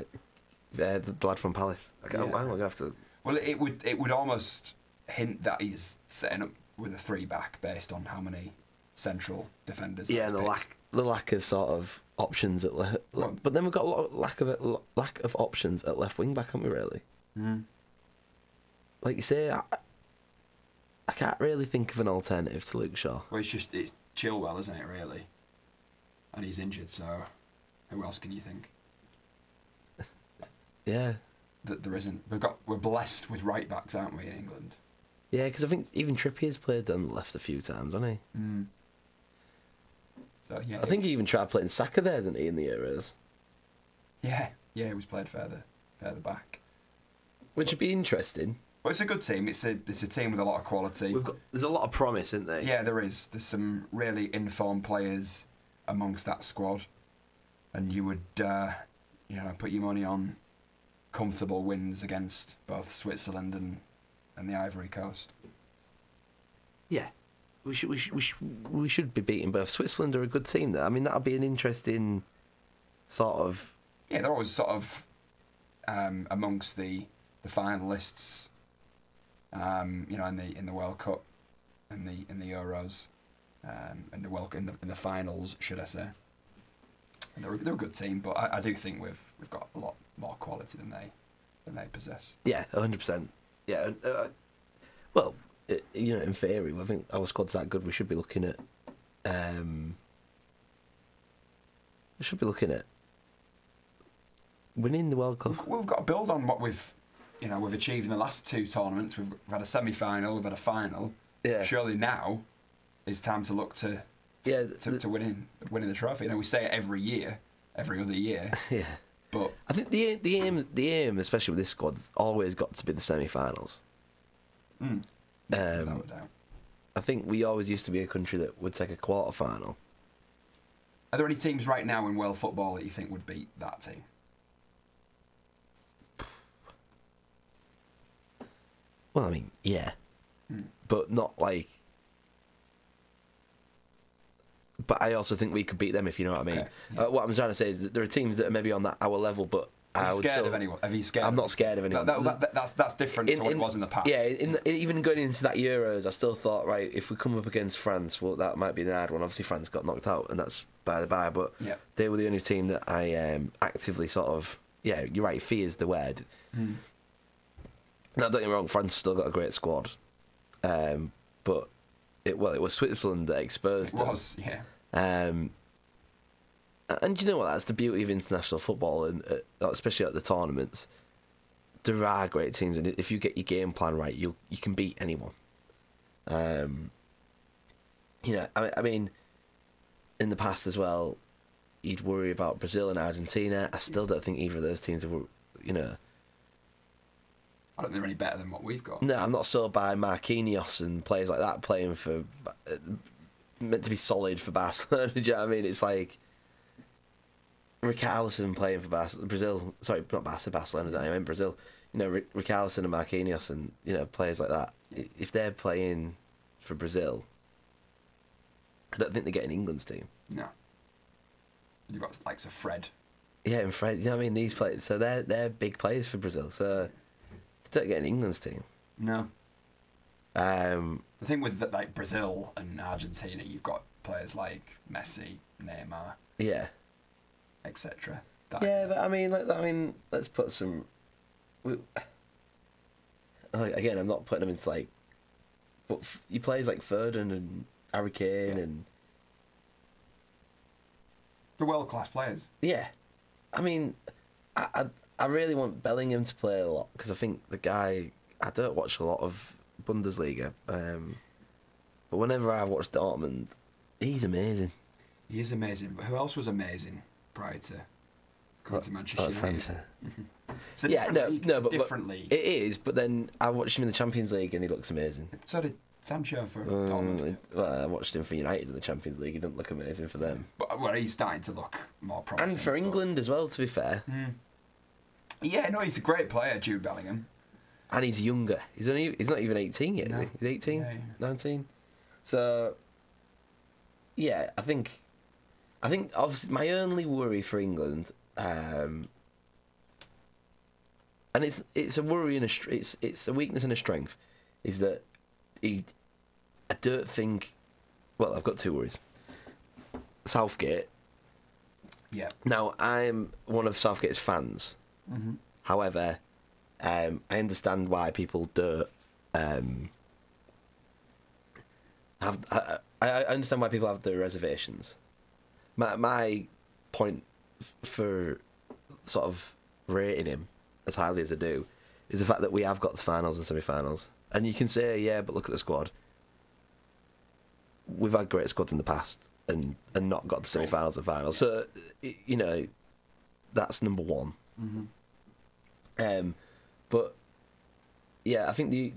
A: the lad from Palace. I can't,
B: Yeah.
A: I'm gonna have to
B: Well, it would it would almost hint that he's setting up with a three back based on how many central defenders. that
A: Yeah,
B: he's
A: and the
B: picked.
A: lack the lack of sort of options at le-
B: Well-
A: but then we've got a lot of lack of lo- lack of options at left wing back, haven't we? Really, Hmm.
B: Mm.
A: like you say, I, I can't really think of an alternative to Luke Shaw.
B: Well, it's just it's Chilwell, isn't it? Really, and he's injured, so who else can you think
A: Yeah,
B: that there isn't? We've got we're blessed with right backs, aren't we, in England?
A: yeah, because I think even Trippier's played on the left a few times, hasn't he?
B: Mm. So yeah,
A: Hmm. I think he even tried playing Saka there, didn't he, in the Euros?
B: yeah, yeah, he was played further further back.
A: Which would be interesting.
B: Well, it's a good team. It's a it's a team with a lot of quality.
A: We've got there's a lot of promise, isn't there?
B: Yeah, there is. There's some really informed players amongst that squad, and you would, uh, you know, put your money on comfortable wins against both Switzerland and and the Ivory Coast.
A: Yeah, we should we should we should, we should be beating both. Switzerland are a good team. There, I mean, that'll be an interesting sort of
B: Yeah, they're always sort of um, amongst the the finalists, um, you know, in the in the World Cup, in the in the Euros, um, in the World in the, in the finals, should I say? And they're, a- they're a good team, but I, I do think we've we've got a lot more quality than they than they possess.
A: Yeah, hundred percent. Yeah. uh, Uh, well, i you know, in theory, I think our squad's that good. We should be looking at. Um, we should be looking at winning the World
B: We've,
A: Cup.
B: we've got to build on what we've you know we've achieved in the last two tournaments. We've, we've had a semi final, we've had a final.
A: Yeah.
B: Surely now is time to look to
A: Yeah.
B: to,
A: th-
B: to winning winning the trophy. You know, we say it every year, every other
A: *laughs*
B: year,
A: yeah.
B: but
A: I think the a- the aim the aim, especially with this squad, has always got to be the semi-finals.
B: mm,
A: Um,
B: without a doubt.
A: I think we always used to be a country that would take a quarter final.
B: Are there any teams right now in world football that you think would beat that team?
A: Well, I mean, yeah,
B: Mm.
A: but not like. But I also think we could beat them if you know what I mean.
B: Okay, yeah.
A: Uh, what I'm trying to say is that there are teams that are maybe on that our level, but
B: Are
A: I
B: you
A: would
B: scared
A: still,
B: of anyone? Have you scared?
A: I'm
B: of-
A: not scared of
B: That-
A: anyone.
B: that- that- that's that's different to what it was in the past.
A: Yeah, in the, even going into that Euros, I still thought right if we come up against France, well that might be an hard one. Obviously, France got knocked out, and that's by the by. But
B: Yeah.
A: they were the only team that I um, actively sort of yeah, you're right. Fee is the word.
B: Hmm.
A: Now, don't get me wrong. France still got a great squad, um, but it well, it was Switzerland that exposed
B: It
A: them.
B: was, yeah.
A: Um, and you know what? That's the beauty of international football, and uh, especially at the tournaments. There are great teams, and if you get your game plan right, you you can beat anyone. Um, you know, I, I mean, in the past as well, you'd worry about Brazil and Argentina. I still don't think either of those teams were, you know.
B: I don't think they're any better than what we've got.
A: No, I'm not sold by Marquinhos and players like that playing for uh, meant to be solid for Barcelona. *laughs* Do you know what I mean? It's like Ricardson playing for Bas- Brazil. Sorry, not Barcelona, Barcelona. I meant Brazil. You know, Ric- Ricardson and Marquinhos and you know players like that. I- If they're playing for Brazil, I don't think they're getting England's team.
B: No. You've got like so Fred.
A: Yeah, and Fred. You know what I mean? These players. So they're they're big players for Brazil. So they don't get an England's team.
B: No.
A: Um,
B: The thing with that, like Brazil and Argentina, you've got players like Messi, Neymar,
A: yeah.
B: etc. That-
A: Yeah, but I mean, like, I mean, let's put some. We, like, again, I'm not putting them into like, but f- you plays like Foden and Harry Kane
B: Yeah.
A: and
B: they're world class players.
A: yeah, I mean, I I, I really want Bellingham to play a lot because I think the guy I don't watch a lot of Bundesliga, um, but whenever I watch Dortmund, he's amazing.
B: He is amazing. But who else was amazing prior to coming to Manchester
A: Oh,
B: United?
A: Sancho.
B: It's a
A: Yeah,
B: different
A: no,
B: league.
A: no,
B: it's
A: but,
B: a different
A: but
B: league.
A: it is. But then I watched him in the Champions League and he looks amazing.
B: so did Sancho for
A: Um,
B: Dortmund.
A: well, I watched him for United in the Champions League. He didn't look amazing for them,
B: But well, he's starting to look more promising.
A: and for
B: but-
A: England as well. To be fair,
B: yeah, no, he's a great player, Jude Bellingham.
A: and he's younger. He's only he's not even eighteen yet.
B: No.
A: Is he? He's 18,
B: Yeah, yeah.
A: 19. So, yeah, I think, I think obviously my only worry for England, um, and it's it's a worry and a str- it's it's a weakness and a strength, is that he, I don't think, well, I've got two worries. Southgate
B: Yeah.
A: Now, I'm one of Southgate's fans. However, um, I understand why people don't um, have. I, I I understand why people have their reservations. My my point f- for sort of rating him as highly as I do is the fact that we have got to finals and semi-finals, and you can say, yeah, but look at the squad. We've had great squads in the past, and and not got to semi-finals and finals. So, i- you know, that's number one. Um, but yeah, I think the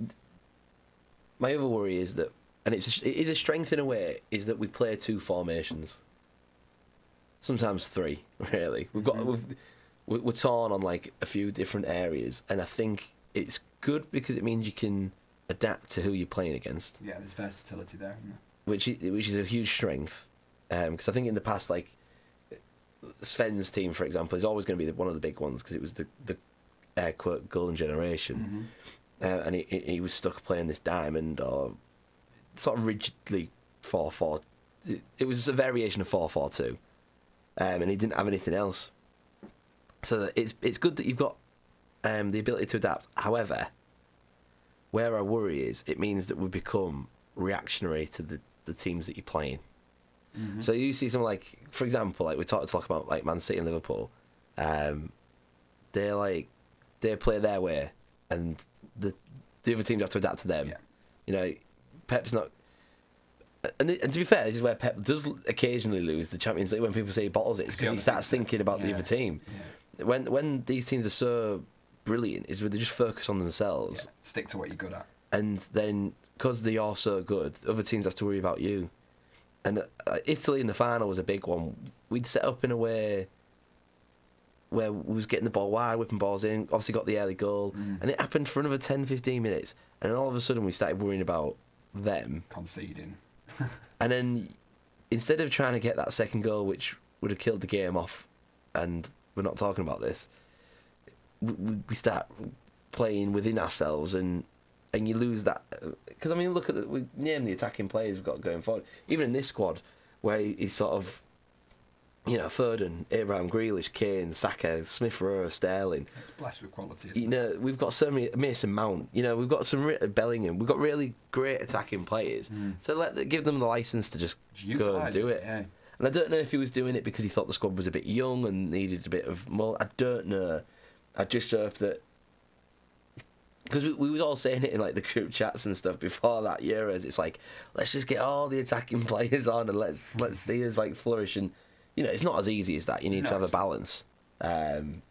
A: my other worry is that, and it's a, it is a strength in a way, is that we play two formations, sometimes three. *laughs* Really, we've got we've, we- we're torn on like a few different areas, and I think it's good because it means you can adapt to who you're playing against
B: Yeah, there's versatility there. isn't there?
A: which is, which is a huge strength. Because I think in the past, like Sven's team, for example, is always going to be the, one of the big ones because it was the the air quote golden generation, uh, and he, he he was stuck playing this diamond or sort of rigidly four four. It, it was a variation of four four two, um, and he didn't have anything else. So that it's it's good that you've got um, the ability to adapt. However, where I worry is it means that we become reactionary to the, the teams that you're playing.
B: Mm-hmm.
A: So you see some like, for example, like we talked talk about like Man City and Liverpool. Um, they're like they play their way, and the the other teams have to adapt to them.
B: Yeah.
A: You know, Pep's not. And, and to be fair, this is where Pep does occasionally lose the Champions League when people say he bottles it, because
B: Yeah,
A: he
B: I
A: starts
B: think so.
A: thinking about the
B: Yeah.
A: other team. When when these teams are so brilliant, is where they just focus on themselves
B: Yeah. Stick to what you're good at.
A: and then because they are so good, other teams have to worry about you. And uh, Italy in the final was a big one. We'd set up in a way where we was getting the ball wide, whipping balls in, obviously got the early goal, and it happened for another 10, 15 minutes. And then all of a sudden we started worrying about them.
B: Conceding.
A: And then instead of trying to get that second goal, which would have killed the game off, and we're not talking about this, we- we, we start playing within ourselves and and you lose that. Because, I mean, look at the, we name the attacking players we've got going forward. Even in this squad, where he- he's sort of you know, Foden, Abraham Grealish, Kane, Saka, Smith Rowe, Sterling.
B: It's blessed with quality. isn't
A: You know, we've got so many Mason Mount. You know, we've got some re- Bellingham. We've got really great attacking players. So let the, give them the license to just
B: Just
A: go and
B: utilise
A: do
B: Hmm. it,
A: it.
B: yeah.
A: And I don't know if he was doing it because he thought the squad was a bit young and needed a bit of more. I don't know. I just hope that because we, we was all saying it in like the group chats and stuff before that Euros. It's like let's just get all the attacking *laughs* players on and let's let's see us like flourish. And you know, it's not as easy as that. You need
B: No,
A: to have a
B: it's not.
A: balance. Um,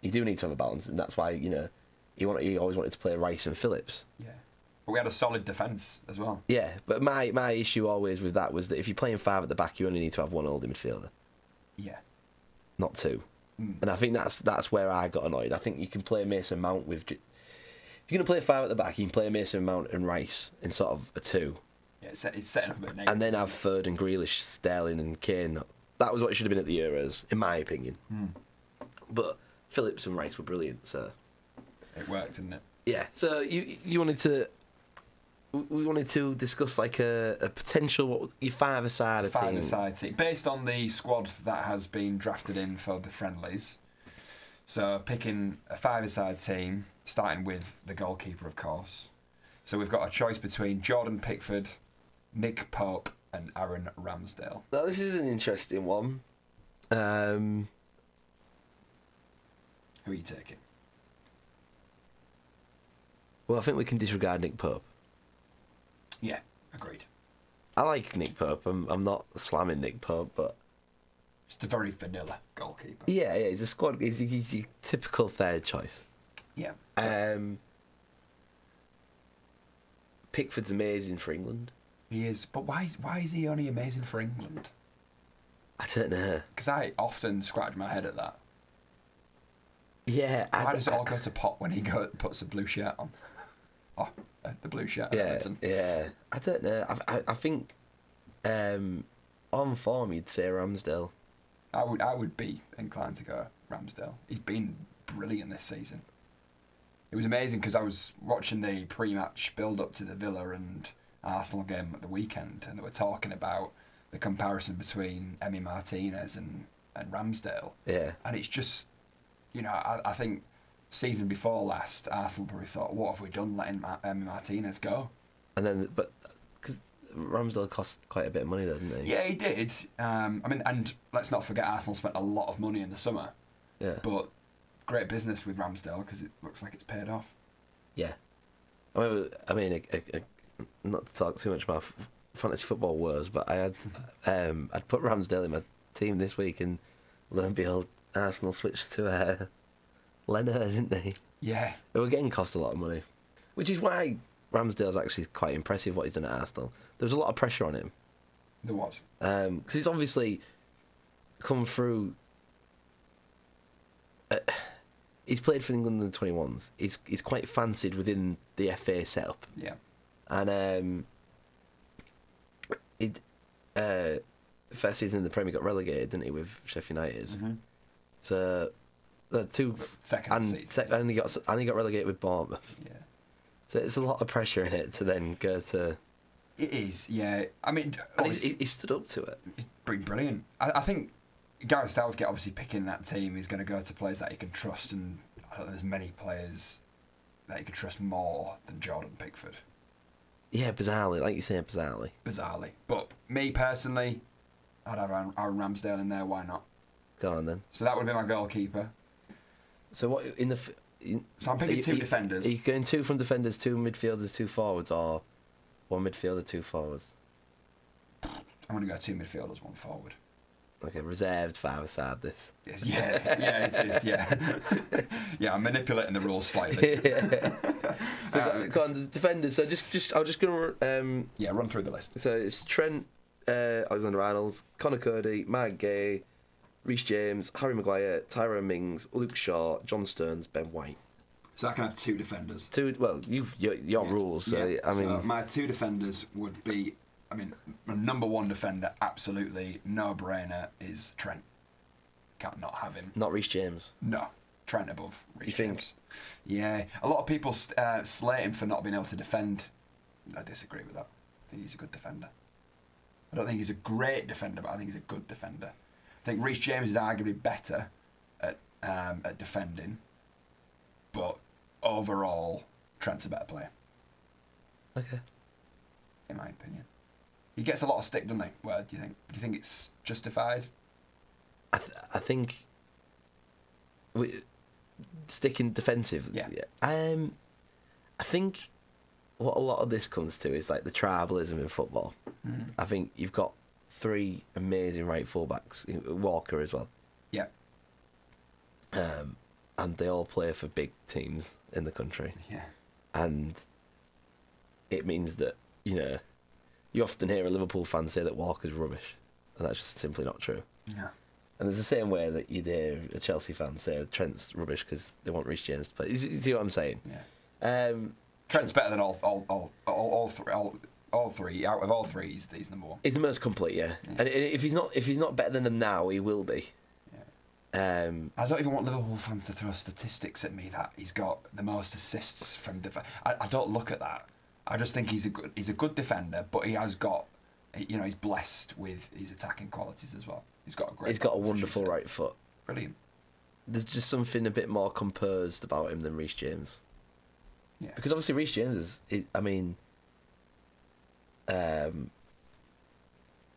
A: you do need to have a balance, and that's why you know he want he always wanted to play Rice and Phillips.
B: it? Yeah. But we had a solid defence as well.
A: Yeah, but my my issue always with that was that if you're playing five at the back, you only need to have one holding midfielder.
B: Yeah.
A: not two.
B: Mm.
A: And I think that's that's where I got annoyed. I think you can play Mason Mount with. ju- If you're going to play five at the back, you can play Mason Mount and Rice in sort of a two,
B: Yeah, it's, set, it's setting up a bit negative.
A: and then have Third and Grealish, Sterling and Kane. That was what it should have been at the Euros, in my opinion.
B: Hmm.
A: But Phillips and Rice were brilliant, so
B: it worked, didn't it?
A: yeah. So you you wanted to. we- We wanted to discuss like a, a potential what your five aside a
B: Five
A: team.
B: aside team. Based on the squad that has been drafted in for the friendlies. So picking a five aside team, starting with the goalkeeper, of course. So we've got a choice between Jordan Pickford, Nick Pope, and Aaron Ramsdale.
A: Now this is an interesting one. Um,
B: Who are you taking?
A: well, I think we can disregard Nick Pope.
B: Yeah, agreed.
A: I like Nick Pope. I'm, I'm not slamming Nick Pope, but
B: Just a very vanilla goalkeeper.
A: yeah, yeah, he's a squad. He's, he's your typical third choice.
B: Yeah.
A: Um, Pickford's amazing for England.
B: He is, but why is why is he only amazing for England?
A: I don't know.
B: Because I often scratch my head at that.
A: Yeah, I
B: Why
A: d-
B: does it all go to pot when he go, puts a blue shirt on? Oh, uh, the blue shirt.
A: yeah,
B: Everton.
A: yeah. I don't know. I, I, I think um, on form you'd say Ramsdale.
B: I would I would be inclined to go Ramsdale. He's been brilliant this season. It was amazing because I was watching the pre-match build-up to the Villa and Arsenal game at the weekend, and they were talking about the comparison between Emi Martinez and, and Ramsdale.
A: Yeah,
B: And it's just, you know, I, I think season before last, Arsenal probably thought, what have we done letting Ma- Emi Martinez go?
A: and then but because Ramsdale cost quite a bit of money, though, didn't he?
B: Yeah, he did. Um, I mean, and let's not forget Arsenal spent a lot of money in the summer,
A: yeah.
B: but great business with Ramsdale because it looks like it's paid off.
A: Yeah. I mean, I mean I, I, I- not to talk too much about f- fantasy football wars, but I had um, I'd put Ramsdale in my team this week, and lo and behold, Arsenal switched to uh, Leonard, didn't they?
B: Yeah,
A: They were getting cost a lot of money, which is why Ramsdale's actually quite impressive what he's done at Arsenal. There was a lot of pressure on him
B: there was.
A: because he's Um, obviously come through. Uh, he's played for England in the 21s. He's he's quite fancied within the FA setup
B: Yeah,
A: and um, it uh, first season in the Premier got relegated, didn't he, with Sheffield United? So the two
B: second
A: and
B: season.
A: sec- and he got and he got relegated with Bournemouth.
B: yeah.
A: So it's a lot of pressure in it to then go to.
B: It is. Yeah, I mean,
A: And
B: oh,
A: he's, he, he stood up to it.
B: It's been brilliant. I, I think Gareth Southgate obviously picking that team is going to go to players that he can trust, and I don't think there's many players that he can trust more than Jordan Pickford,
A: Yeah, bizarrely, like you say, bizarrely.
B: bizarrely. But me personally, I'd have Aaron, Aaron Ramsdale in there. Why not?
A: Go on then.
B: So that would be my goalkeeper.
A: So what in the? f- In,
B: So I'm
A: are
B: picking
A: you-
B: two
A: are you-
B: defenders.
A: Are you going two from defenders, two midfielders, two forwards, or one midfielder, two forwards?
B: I'm going to go two midfielders, one forward.
A: Okay, reserved five aside this.
B: Yes, yeah, *laughs* yeah, it is. Yeah, *laughs* yeah. I'm manipulating the rules slightly.
A: So go,
B: Um,
A: go on, the defenders. So just, just, I'm just gonna. Um,
B: Yeah, run through the list.
A: so it's Trent, uh, Alexander Arnold, Connor Cody, Mark Gay, Reece James, Harry Maguire, Tyrone Mings, Luke Shaw, John Stearns, Ben White.
B: So I can have two defenders.
A: Two. Well, you've your, your
B: Yeah.
A: rules. So
B: Yeah.
A: I mean,
B: So my two defenders would be, I mean, my number one defender, absolutely no brainer, is Trent. Can't not have him.
A: not Reece James.
B: No, Trent above. Reece
A: You think?
B: James. Yeah, a lot of people uh, slate him for not being able to defend. I disagree with that. I think he's a good defender. I don't think he's a great defender, but I think he's a good defender. I think Reece James is arguably better at um, at defending, but overall, Trent's a better player,
A: Okay.
B: in my opinion. He gets a lot of stick, doesn't he? Well, do you think? Do you think it's justified?
A: I, th- I think we, sticking defensive.
B: Yeah.
A: Um, I think what a lot of this comes to is like the tribalism in football. I think you've got three amazing right fullbacks, Walker as well,
B: Yeah,
A: um, and they all play for big teams in the country,
B: yeah,
A: and it means that you know you often hear a Liverpool fan say that Walker's rubbish, and that's just simply not true.
B: yeah,
A: And it's the same way that you'd hear a Chelsea fan say Trent's rubbish because they want Reece James to play. You see you see what I'm saying?
B: yeah.
A: Um,
B: Trent's better than all all all all, all three all, all three out of all three. He's, he's number one.
A: he's the most complete, yeah.
B: Yeah.
A: And i- if he's not, if he's not better than them now, he will be.
B: Yeah.
A: Um,
B: I don't even want Liverpool fans to throw statistics at me that he's got the most assists from. Def- I, I don't look at that. I just think he's a good he's a good defender, but he has got, you know, he's blessed with his attacking qualities as well. He's got a great.
A: he's got a
B: balance, as you
A: wonderful
B: said.
A: right foot.
B: Brilliant.
A: There's just something a bit more composed about him than Reece James.
B: Yeah.
A: Because obviously Reece James is, he- I mean, um,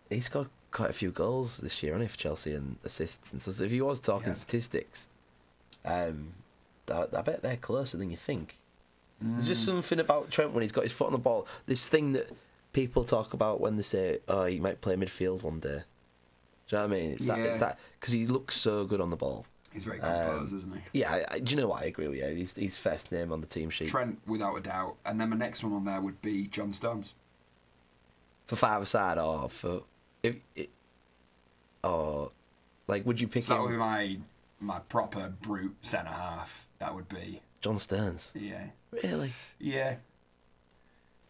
A: he's got quite a few goals this year, only for Chelsea and assists and stuff. So if he was talking
B: Yeah.
A: statistics, um, I, I bet they're closer than you think. There's just
B: Mm.
A: something about Trent when he's got his foot on the ball. This thing that people talk about when they say, "Oh, he might play midfield one day." Do you know what I mean? It's that. It's
B: Yeah.
A: that because he looks so good on the ball.
B: He's very
A: um,
B: composed, isn't he?
A: Yeah, I, I, do you know what? I agree with you. He's, he's first name on the team sheet
B: Trent, without a doubt, and then my next one on there would be John Stones.
A: for five aside or for if it, or like would you pick
B: So that
A: him-
B: would be my my proper brute centre half. That would be
A: John Stearns?
B: yeah,
A: Really?
B: yeah,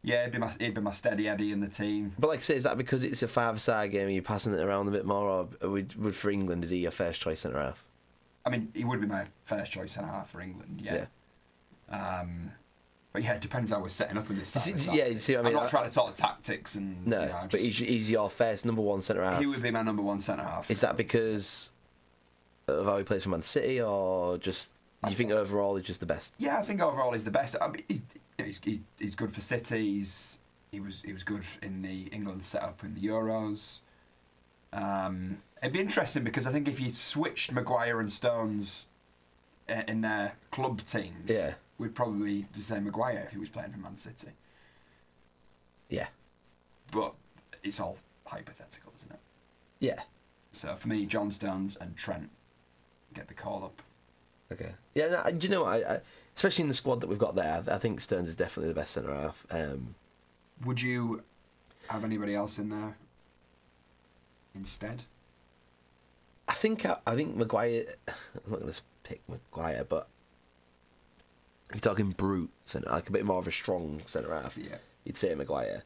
B: yeah. It'd be my it'd be my steady Eddie in the team.
A: But like I say, is that because it's a five aside game? Are you passing it around a bit more, or would, would for England is he your first choice centre half?
B: I mean, he would be my first choice centre half for England. Yeah. Um, but yeah, it depends how we're setting up in this.
A: You see-
B: five-a-side
A: yeah,
B: team.
A: you see what I mean?
B: I'm
A: I-
B: not trying to talk tactics and
A: No,
B: You know,
A: but
B: just-
A: he's, he's your first number one centre half.
B: he would be my number one centre half.
A: Is that because of how he plays for Man City, or just you think overall he's just the best?
B: Yeah, I think overall he's the best. I mean, he's, he's, he's, he's good for City. He's, he was he was good in the England setup in the Euros. Um, it'd be interesting because I think if you switched Maguire and Stones i- in their club teams,
A: Yeah.
B: we'd probably just say Maguire if he was playing for Man City.
A: Yeah,
B: But it's all hypothetical, isn't it?
A: yeah,
B: So for me, John Stones and Trent get the call up.
A: okay, yeah. No, I- do you know what? I, I, especially in the squad that we've got there, I, I think Stones is definitely the best centre half. Um,
B: Would you have anybody else in there instead?
A: I think I, I think Maguire. I'm not going to pick Maguire, but if you're talking brute centre, like a bit more of a strong centre half,
B: Yeah.
A: you'd say Maguire.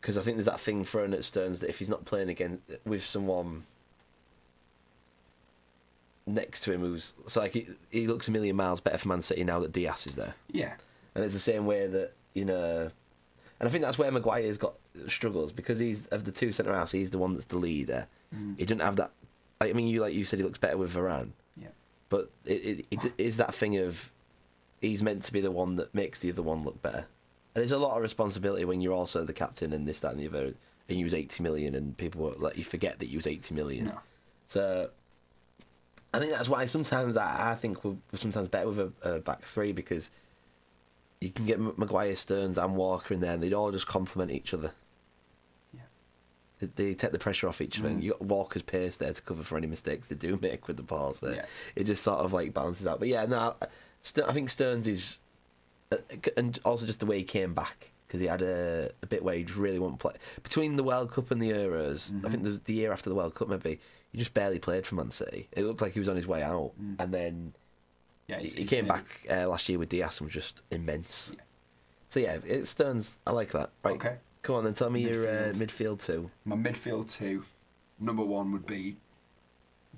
A: Because I think there's that thing thrown at Stones that if he's not playing again with someone next to him who's so like he, he looks a million miles better for Man City now that Diaz is there,
B: Yeah.
A: and it's the same way that you know, and I think that's where Maguire's got struggles because he's of the two centre halves, he's the one that's the leader. He doesn't have that. I mean, you like you said, he looks better with Varane,
B: Yeah.
A: but it, it, it is that thing of he's meant to be the one that makes the other one look better. And it's a lot of responsibility when you're also the captain and this, that, and the other, and you was 80 million, and people will let you forget that you was 80 million.
B: No.
A: So I think that's why sometimes I, I think we're, we're sometimes better with a, a back three because you can get M- Maguire, Stearns, and Walker in there, and they'd all just complement each other.
B: Yeah.
A: They, they take the pressure off each other.
B: Mm.
A: You got Walker's pace there to cover for any mistakes they do *laughs* make with the ball. So
B: Yeah.
A: it just sort of like balances out. But yeah, no, I, Ster- I think Stearns is, uh, and also just the way he came back because he had a, a bit where he just really won't play between the World Cup and the Euros. I
B: Mm-hmm.
A: think the, the year after the World Cup maybe he just barely played for Man City. It looked like he was on his way out,
B: Mm.
A: and then
B: Yeah.
A: he,
B: he's-
A: he
B: he's
A: came
B: made-
A: back uh, last year with Diaz and was just immense.
B: Yeah.
A: So yeah, it Stearns. I like that. Right,
B: Okay.
A: come on, then tell me your uh,
B: Midfield.
A: midfield two.
B: My midfield two, number one would be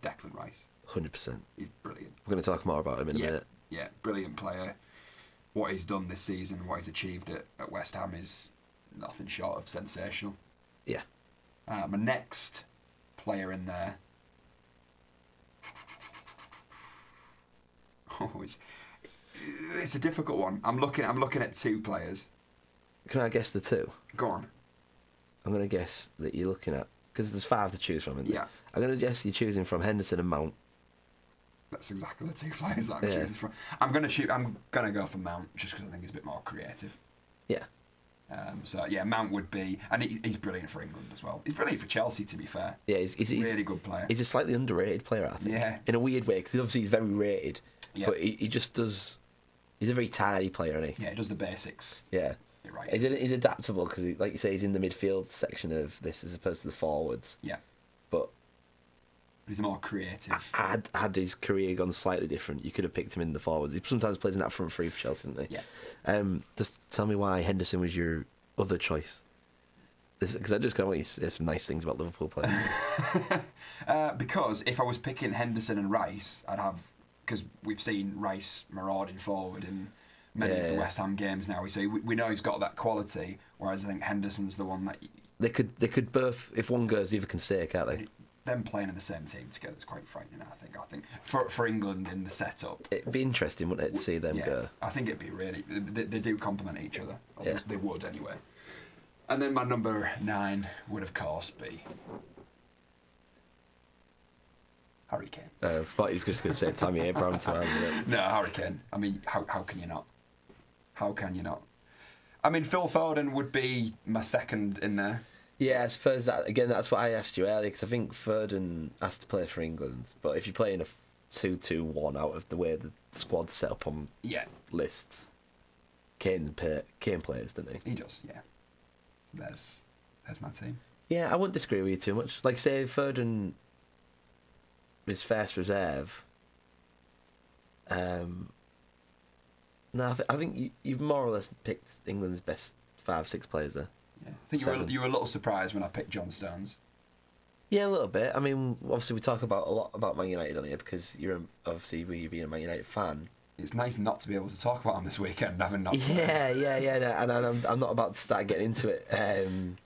B: Declan Rice.
A: Hundred percent.
B: He's brilliant.
A: We're going to talk more about him in a
B: yeah.
A: minute.
B: Yeah. Brilliant player. What he's done this season, what he's achieved at, at West Ham is nothing short of sensational.
A: Yeah.
B: Uh, my next player in there *laughs* Oh, it's, it's a difficult one. I'm looking. I'm looking at two players.
A: Can I guess the two?
B: Go on.
A: I'm going to guess that you're looking at because there's five to choose from. Isn't there?
B: Yeah.
A: I'm going to guess you're choosing from Henderson and Mount.
B: That's exactly the two *laughs* players that I'm
A: Yeah.
B: choosing from. I'm gonna shoot. I'm gonna go for Mount just because I think he's a bit more creative.
A: Yeah.
B: Um, so yeah, Mount would be, and he, he's brilliant for England as well. He's brilliant for Chelsea, to be fair.
A: Yeah, he's, he's, he's,
B: really good player.
A: he's a slightly underrated player, I think.
B: Yeah.
A: In a weird way, because obviously he's very rated,
B: Yeah.
A: but he, he just does. He's a very tidy player, isn't he?
B: yeah, he does the basics.
A: Yeah.
B: You're right.
A: He's, he's adaptable because, like you say, he's in the midfield section of this as opposed to the forwards.
B: Yeah,
A: But
B: but he's more creative. *laughs*
A: had had his career gone slightly different, you could have picked him in the forwards. He sometimes plays in that front three for Chelsea, doesn't he?
B: Yeah.
A: Um, just tell me why Henderson was your other choice. Because I just kind of want you to say some nice things about Liverpool players. *laughs*
B: Uh, because if I was picking Henderson and Rice, I'd have because we've seen Rice marauding forward in many of the
A: Yeah.
B: West Ham games now. So we, we know he's got that quality. Whereas I think Henderson's the one that
A: they could they could both if one goes, the other can stay, can't they?
B: them playing in the same team together is quite frightening. I think. I think for for England in the setup.
A: It'd be interesting, wouldn't it, to see them
B: yeah,
A: go?
B: I think it'd be really. They, they do complement each other. Or
A: Yeah.
B: They would anyway. And then my number nine would of course be Harry Kane.
A: Uh, I thought he was just going to say Tammy Abraham to hand,
B: No, Hurricane. I mean, how, how can you not? How can you not? I mean, Phil Foden would be my second in there.
A: Yeah, I suppose that again. That's what I asked you earlier because I think Foden has to play for England, but if you're playing a two-two-one out of the way the squad's set up on
B: Yeah,
A: lists. Kane, play, Kane plays, doesn't he?
B: he does. Yeah, there's there's my team.
A: Yeah, I wouldn't disagree with you too much. Like, say, Foden is first reserve. Um, no, I, th- I think you, you've more or less picked England's best five, six players there.
B: Yeah, I think you were,
A: Seven.
B: you were a little surprised when I picked John Stones.
A: Yeah, a little bit. I mean, obviously, we talk about a lot about Man United on here because you're a, obviously we being a Man United fan.
B: It's nice not to be able to talk about him this weekend, *laughs* having not. played.
A: Yeah, yeah, yeah, no, and, and I'm, I'm not about to start getting into it. Um,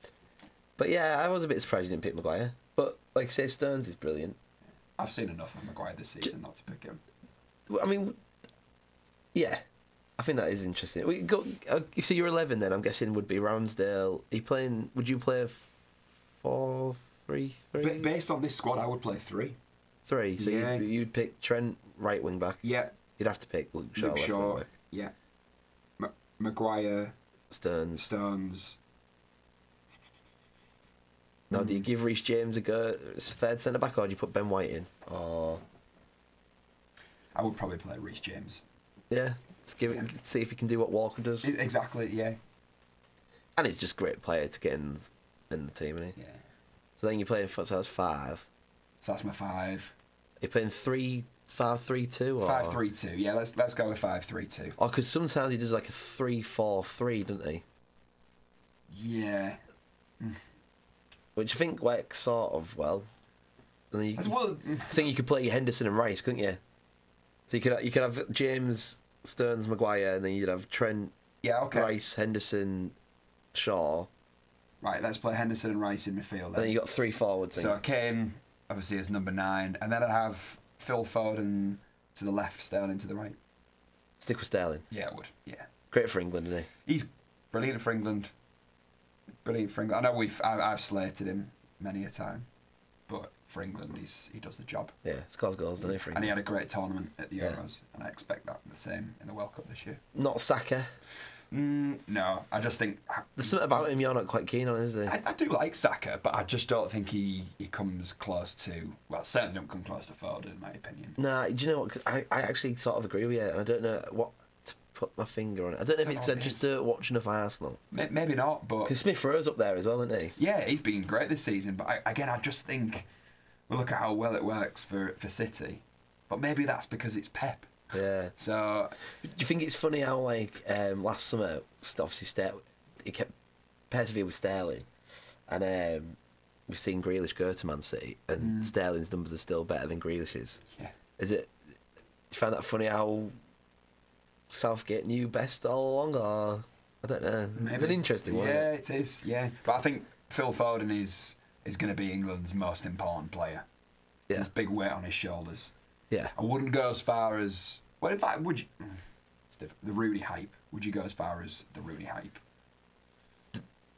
A: but yeah, I was a bit surprised you didn't pick Maguire. But like I say, Stones is brilliant.
B: I've seen enough of Maguire this season not to pick him.
A: Well, I mean, yeah, I think that is interesting. We go. Uh, so you're eleven then. I'm guessing would be Ramsdale. Are you playing? Would you play a four, three, three,
B: Ba based on this squad, I would play three.
A: three? So
B: Yeah.
A: you'd, you'd pick Trent right wing back.
B: Yeah,
A: You'd have to pick Luke Shaw
B: Luke
A: left
B: Shaw.
A: wing back.
B: Yeah, Ma- Maguire,
A: Stearns.
B: Stones.
A: Now,
B: Mm.
A: do you give Reece James a go as third centre back, or do you put Ben White in? Or
B: I would probably play Reece James.
A: yeah, let's give it, see if he can do what Walker does.
B: E- Exactly. Yeah.
A: And he's just a great player to get in in the team, isn't he?
B: Yeah.
A: So then you're playing so that's five.
B: So that's my five.
A: You're playing three, five, three, two, or
B: Five three two. Yeah, let's let's go with five three two.
A: Oh, because sometimes he does like a three-four-three, doesn't he?
B: Yeah.
A: Which I think works sort of well. And then you,
B: As well mm,
A: I think you could play Henderson and Rice, couldn't you? So you could you could have James Stearns, Maguire, and then you'd have Trent,
B: yeah, okay. Right.
A: Rice, Henderson, Shaw,
B: let's play Henderson and Rice in midfield.
A: and then
B: Then.
A: you got three forwards.
B: So
A: So,
B: Kane obviously is number nine. And then I'd have Phil Foden to the left, Sterling to the right.
A: Stick with Sterling.
B: Yeah, I would. Yeah.
A: Great for England, isn't he?
B: He's brilliant for England. Brilliant for England. I know we've I, I've slated him many a time. But for England he's he does the job.
A: Yeah, scores goals, doesn't he? For
B: And he
A: England.
B: had a great tournament at the
A: Yeah.
B: Euros, and I expect that the same in the World Cup this year.
A: Not Saka.
B: Mm, no, I just think
A: There's something about him you're not quite keen on, is there?
B: I, I do like Saka, but I just don't think he, he comes close to. Well, certainly don't come close to Foden, in my opinion.
A: Nah, do you know what? 'Cause I, I actually sort of agree with you, and I don't know what to put my finger on it. I don't know if it's because I just don't watch enough Arsenal.
B: May- Maybe not, but
A: Because Smith Rowe's up there as well, isn't he?
B: yeah, he's been great this season. But I, again, I just think well, look at how well it works for for City, but maybe that's because it's Pep.
A: Yeah.
B: So
A: Do you think it's funny how like um, last summer, st- obviously Ster- he kept persevere with Sterling, and um, we've seen Grealish go to Man City, and
B: Mm.
A: Sterling's numbers are still better than Grealish's.
B: yeah,
A: Is it? Do you find that funny how Southgate knew best all along, or I don't know. It's an
B: Maybe.
A: interesting one. isn't
B: Yeah,
A: it?
B: it is. Yeah, but I think Phil Foden is is going to be England's most important player.
A: Yeah.
B: There's big weight on his shoulders.
A: Yeah.
B: I wouldn't go as far as Well, in fact, would you? mm, It's different. The Rooney hype. Would you go as far as the Rooney hype?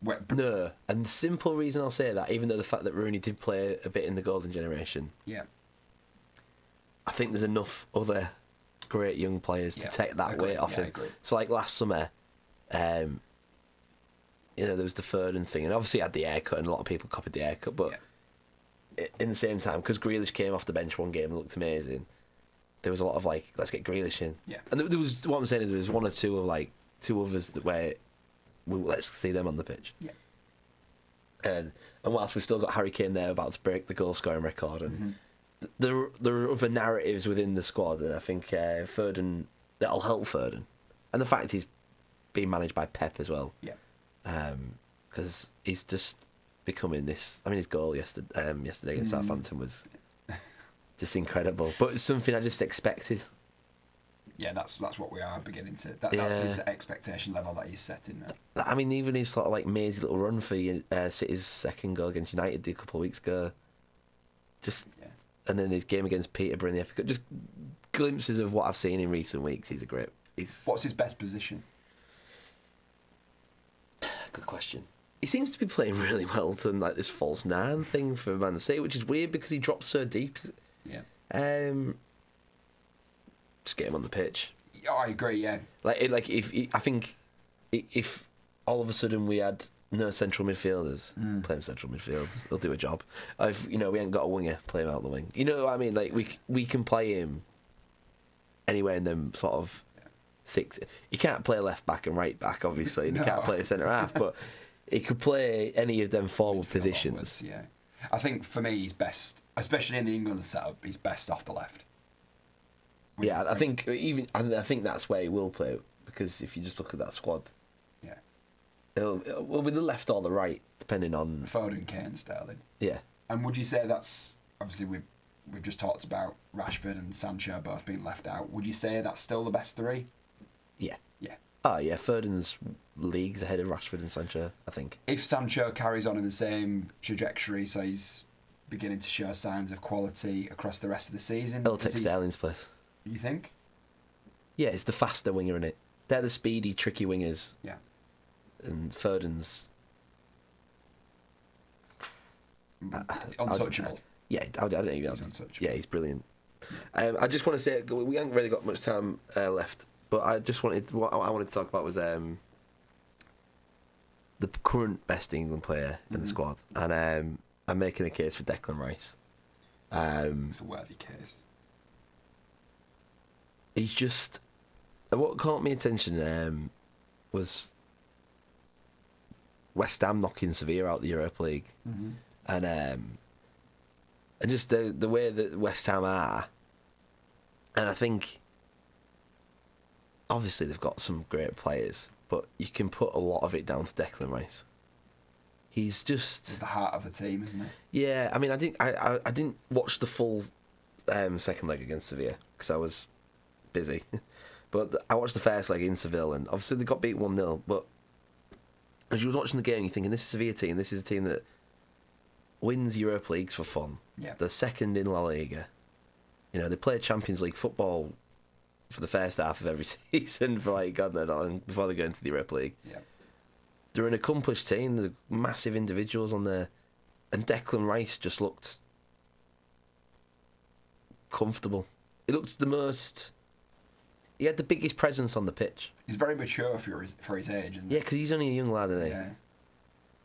B: Well, b-
A: No, and the simple reason I'll say that, even though the fact that Rooney did play a bit in the golden generation,
B: yeah.
A: I think there's enough other great young players
B: Yeah,
A: to take that
B: agree.
A: weight off
B: Yeah, I
A: him.
B: agree.
A: So like last summer, um, you know there was the Foden thing, and obviously he had the haircut, and a lot of people copied the haircut. But i in the same time, because Grealish came off the bench one game and looked amazing, there was a lot of like, let's get Grealish in.
B: Yeah.
A: And there, there was what I'm saying is there was one or two of like two others that where we let's see them on the pitch.
B: Yeah.
A: And and whilst we've still got Harry Kane there about to break the goal scoring record, and th- there there are other narratives within the squad, and I think uh, Foden that'll help Foden, and the fact he's being managed by Pep as well,
B: Yeah.
A: because he's just becoming this. I mean, his goal yesterday um, yesterday against Southampton was just incredible, but it's something I just expected.
B: Yeah, that's that's what we are beginning to. That, that's
A: Yeah.
B: his expectation level that he's setting. Now.
A: I mean, even his sort of like mazy little run for uh, City's second goal against United a couple of weeks ago, just
B: Yeah.
A: and then his game against Peterborough in the FA Cup, just glimpses of what I've seen in recent weeks. He's a great. He's
B: What's his best position?
A: good question. He seems to be playing *laughs* really well to like this false nine thing for Man City, which is weird because he drops so deep.
B: Yeah.
A: Um, just get him on the pitch.
B: Oh, I agree. Yeah.
A: Like, it, like if I think i- if all of a sudden we had no central midfielders, play him central midfield, he'll do a job. If you know we ain't got a winger, play him out the wing. You know what I mean? Like we c- we can play him anywhere in them sort of six. He can't play left back and right back, obviously, and he can't
B: No.
A: play centre half, but he could play any of them forward
B: Onwards,
A: positions.
B: Yeah. I think for me, he's best, especially in the England setup, he's best off the left. When
A: Yeah,
B: you-
A: I think even and I think that's where he will play because if you just look at that squad,
B: Yeah.
A: it'll, it'll be the left or the right depending on
B: Foden, Kane, Sterling.
A: yeah.
B: And would you say that's obviously we've we've just talked about Rashford and Sancho both being left out. Would you say that's still the best three?
A: Yeah.
B: Yeah.
A: Oh yeah, Foden's leagues ahead of Rashford and Sancho, I think.
B: If Sancho carries on in the same trajectory, so he's beginning to show signs of quality across the rest of the season.
A: He'll take
B: does he-
A: Sterling's place.
B: You think?
A: Yeah, it's the faster winger in it. They're the speedy, tricky wingers,
B: Yeah.
A: and Foden's Uh,
B: Untouchable.
A: yeah, I, I don't even.
B: He's untouchable.
A: yeah, he's brilliant. Um, I just want to say we haven't really got much time uh, left, but I just wanted what I wanted to talk about was um, the current best England player in
B: Mm-hmm.
A: the squad, and um, I'm making a case for Declan Rice. Um,
B: It's a worthy case.
A: he's just uh, what caught my attention um, was West Ham knocking Sevilla out the Europa League, and um, and just the the way that West Ham are, and I think obviously they've got some great players, but you can put a lot of it down to Declan Rice. He's just
B: It's the heart of the team, isn't it?
A: yeah, I mean, I didn't, I, I, I didn't watch the full um, second leg against Sevilla because I was busy, *laughs* but th- I watched the first leg in Seville, and obviously they got beat one 0 But as you was watching the game, you're thinking, this is a Sevilla team. This is a team that wins Europa leagues for fun.
B: Yeah.
A: They're second in La Liga. You know, they play Champions League football for the first half of every *laughs* season for like God knows how long before they go into the Europa League
B: Yeah.
A: they're an accomplished team. They're massive individuals on there, and Declan Rice just looked comfortable. He looked the most. He had the biggest presence on the pitch.
B: He's very mature for his, for his age, isn't
A: Yeah, because he's only a young lad, isn't
B: he?
A: he?
B: Yeah.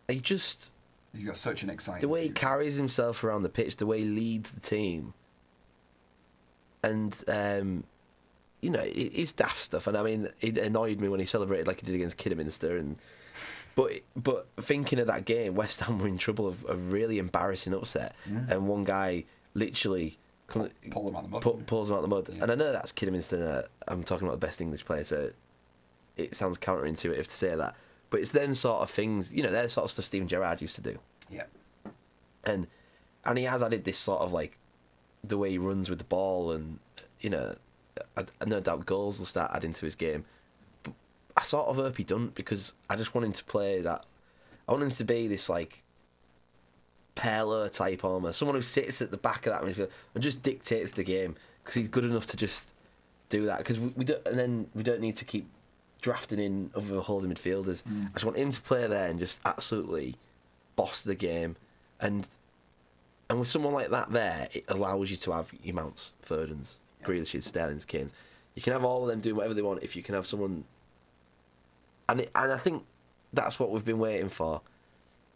A: He just
B: He's got such an exciting.
A: the way he
B: future.
A: carries himself around the pitch, the way he leads the team, and um, you know, it, it's daft stuff. And I mean, it annoyed me when he celebrated like he did against Kidderminster. And but but thinking of that game, West Ham were in trouble of a really embarrassing upset, and one guy literally. come-
B: pull them out of the mud.
A: pu- pulls them out the mud,
B: Yeah.
A: and I know that's Kidderminster. uh, I'm talking about the best English player, so it sounds counterintuitive to say that, but it's them sort of things. You know, they're the sort of stuff Steven Gerrard used to do
B: yeah.
A: and and he has added this sort of like the way he runs with the ball and you know I, I no doubt goals will start adding to his game but I sort of hope he doesn't because I just want him to play that I want him to be this like Perlo type almost someone who sits at the back of that midfield and just dictates the game because he's good enough to just do that because we, we don't, and then we don't need to keep drafting in other holding midfielders. I just want him to play there and just absolutely boss the game, and and with someone like that there, it allows you to have your Mounts, Ferdinands, Grealish's, Sterling's, Kane's. You can have all of them doing whatever they want if you can have someone. And it, and I think that's what we've been waiting for.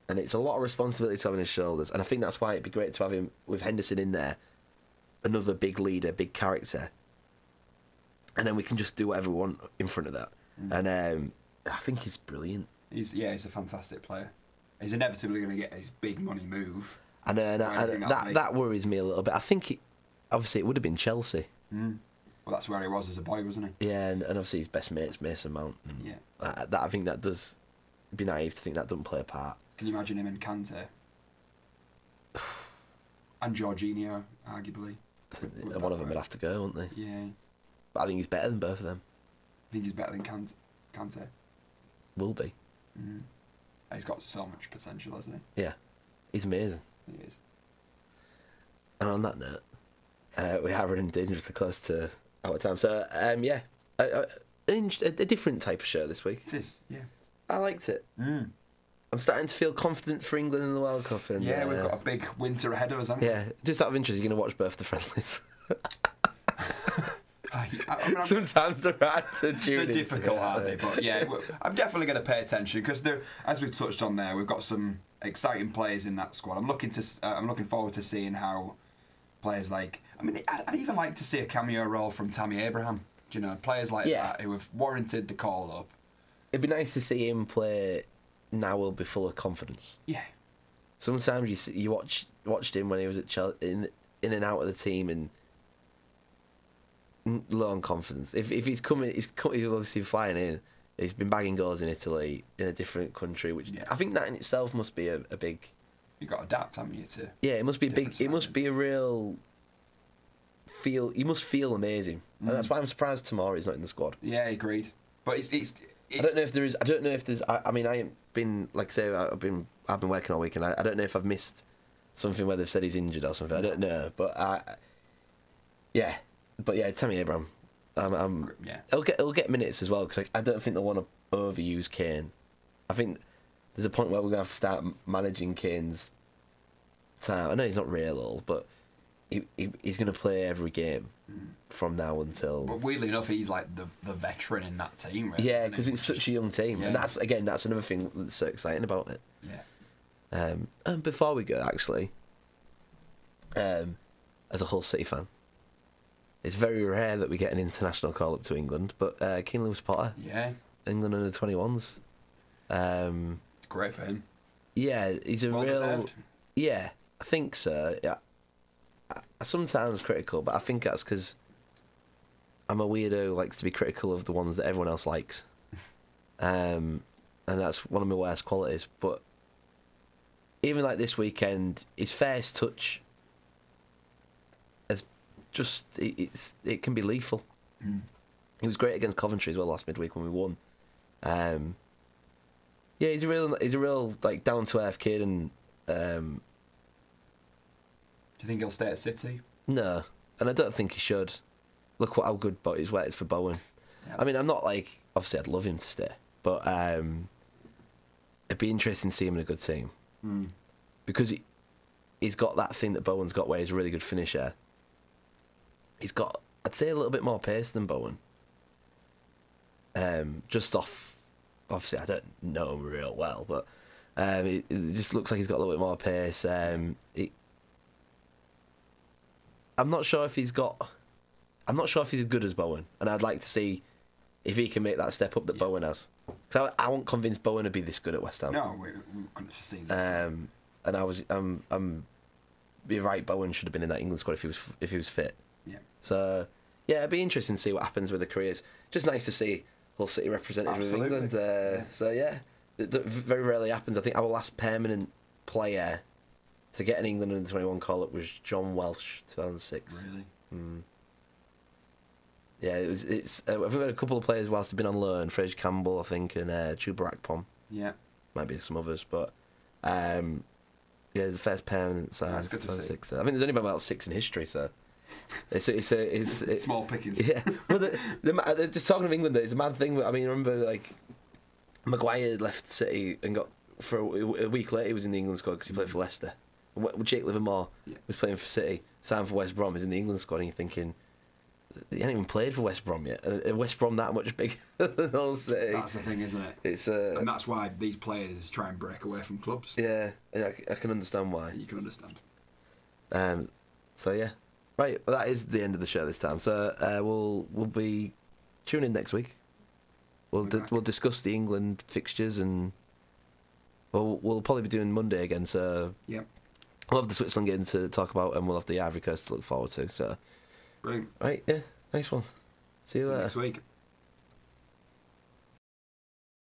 A: And it's a lot of responsibility to have on his shoulders. And I think that's why it'd be great to have him with Henderson in there, another big leader, big character. And then we can just do whatever we want in front of that. And um, I think he's brilliant.
B: He's yeah, he's a fantastic player. He's inevitably going to get his big money move.
A: And, uh, and,
B: Or anything
A: and
B: like
A: that
B: that.
A: that worries me a little bit. I think it, obviously it would have been Chelsea.
B: Mm. Well, that's where he was as a boy, wasn't he?
A: Yeah, and, and obviously his best mate's Mason Mount. And
B: Yeah.
A: that, that- I think that does it'd be naive to think that doesn't play a part.
B: Can you imagine him and Kante? *sighs* and Jorginho,
A: *laughs*
B: arguably. Would
A: One
B: that
A: of them would
B: work?
A: have to go, wouldn't they?
B: Yeah.
A: But I think he's better than both of them.
B: I think he's better than Kante. Kante.
A: Will be.
B: Mm. He's got so much potential, hasn't
A: Yeah, he's amazing.
B: he? He is.
A: And on that note, uh, we are running dangerously close to our time. So um, yeah, a, a, an int- a, a different type of show this week.
B: It is, yeah.
A: I liked it.
B: Mm.
A: I'm starting to feel confident for England in the World Cup. And,
B: Yeah, we've
A: uh,
B: got a big winter ahead of us, haven't we?
A: Yeah, just out of interest, you're going to watch both the
B: *laughs*
A: friendlies.
B: I, I
A: *laughs*
B: mean, I'm-
A: Sometimes they're hard to tune
B: they're
A: into,
B: difficult, aren't they? But yeah, w- I'm definitely going to pay attention because as we've touched on there, we've got some exciting players in that squad. I'm looking to, s- uh, I'm looking forward to seeing how players like. I mean, I'd, I'd even like to see a cameo role from Tammy Abraham. Do you know players like
A: Yeah.
B: that who have warranted the call up?
A: It'd be nice to see him play. Now will be full of confidence.
B: Yeah,
A: Sometimes you see, you watch watched him when he was at Chelsea, in in and out of the team and n- low on confidence. If if he's coming, he's co- he's obviously flying in. He's been bagging goals in Italy in a different country, which
B: Yeah.
A: I think that in itself must be a, a big
B: you got to adapt, haven't you? To
A: yeah. It must be a big.
B: Different
A: It must be a real feel. You must feel amazing, and
B: Mm.
A: that's why I'm surprised Tamari is not in the squad.
B: yeah, agreed. But it's it's. it's
A: I don't know if there is. I don't know if there's. I, I mean, I ain't been like I say. I've been. I've been working all week, and I, I don't know if I've missed something where they've said he's injured or something. I don't know, but I. Yeah, but yeah, Tammy Abraham. I'm. I'm
B: yeah.
A: He'll get. He'll get minutes as well because I, I don't think they'll want to overuse Kane. I think there's a point where we're gonna have to start m- managing Kane's time. I know he's not real old, but he, he he's gonna play every game from now until.
B: Mm. But weirdly enough, he's like the the veteran in that team. Really,
A: Yeah,
B: isn't he?
A: because it's
B: Which is-
A: such a young team,
B: Yeah.
A: and that's again that's another thing that's so exciting about it.
B: yeah.
A: Um, and before we go, actually, um, as a Hull City fan, it's very rare that we get an international call up to England. But uh, Keen Lewis Potter,
B: Yeah,
A: England under twenty ones, um,
B: it's great for him.
A: yeah, he's a
B: Well
A: real.
B: deserved.
A: Yeah, I think so. Yeah, I, I sometimes critical, but I think that's because I'm a weirdo. who Likes to be critical of the ones that everyone else
B: *laughs*
A: likes, um, and that's one of my worst qualities. But even like this weekend, his first touch has just it, it's it can be lethal.
B: Mm.
A: He was great against Coventry as well last midweek when we won. Um, yeah, he's a real he's a real like down to earth kid, and um,
B: Do you think he'll stay at City?
A: no, and I don't think he should. Look what how good Bo- his work is for Bowen.
B: Yeah,
A: I mean, I'm not like obviously I'd love him to stay, but um, it'd be interesting to see him in a good team
B: Mm.
A: because he, he's got that thing that Bowen's got where he's a really good finisher. He's got, I'd say, a little bit more pace than Bowen. Um, just off, obviously, I don't know him real well, but um, it, it just looks like he's got a little bit more pace. Um, it, I'm not sure if he's got, I'm not sure if he's as good as Bowen, and I'd like to see if he can make that step up that
B: Yeah.
A: Bowen has. Because I, I won't convince Bowen to be this good at West Ham.
B: No, we, we couldn't have foreseen this.
A: Um, and I was, um, um, you're right. Bowen should have been in that England squad if he was if he was fit.
B: yeah.
A: So yeah, it'd be interesting to see what happens with the careers. Just nice to see Hull City represented with
B: Absolutely.
A: England. Uh,
B: Yeah.
A: So yeah, that, that very rarely happens. I think our last permanent player to get an England under twenty one call up was John Welsh, two thousand six. Hmm.
B: Really?
A: Yeah, it was. It's. Uh, I've got a couple of players whilst they've been on loan. Fred Campbell, I think, and uh, Chuba Akpom.
B: Yeah.
A: might be some others, but um, yeah, the first permanent size.
B: That's good to see.
A: 26. I think there's only been about six in history, so It's a, it's a, it's, it's
B: *laughs* Small pickings.
A: *laughs* yeah. Well, the, the, ma- the, just talking of England, though, it's a mad thing. I mean, I remember like Maguire left City and got for a, a week later he was in the England squad because he played for Leicester. And what- Jake Livermore
B: Mm. Yeah.
A: was playing for City, signed for West Brom, is in the England squad, and you're thinking. He hadn't even played for West Brom yet. And uh, West Brom that much bigger *laughs* than all City.
B: That's the thing, isn't it?
A: It's uh,
B: and that's why these players try and break away from clubs.
A: yeah, and I, c- I can understand why.
B: You can understand.
A: Um, so yeah, right. Well, that is the end of the show this time. So uh, we'll we'll be tune in next week. We'll
B: Be
A: di-
B: back.
A: we'll discuss the England fixtures and well we'll probably be doing Monday again. So
B: Yep.
A: we'll have the Switzerland game to talk about and we'll have the Ivory Coast to look forward to. So
B: Brilliant.
A: right, yeah, nice one. See you
B: See you
A: later.
B: next week.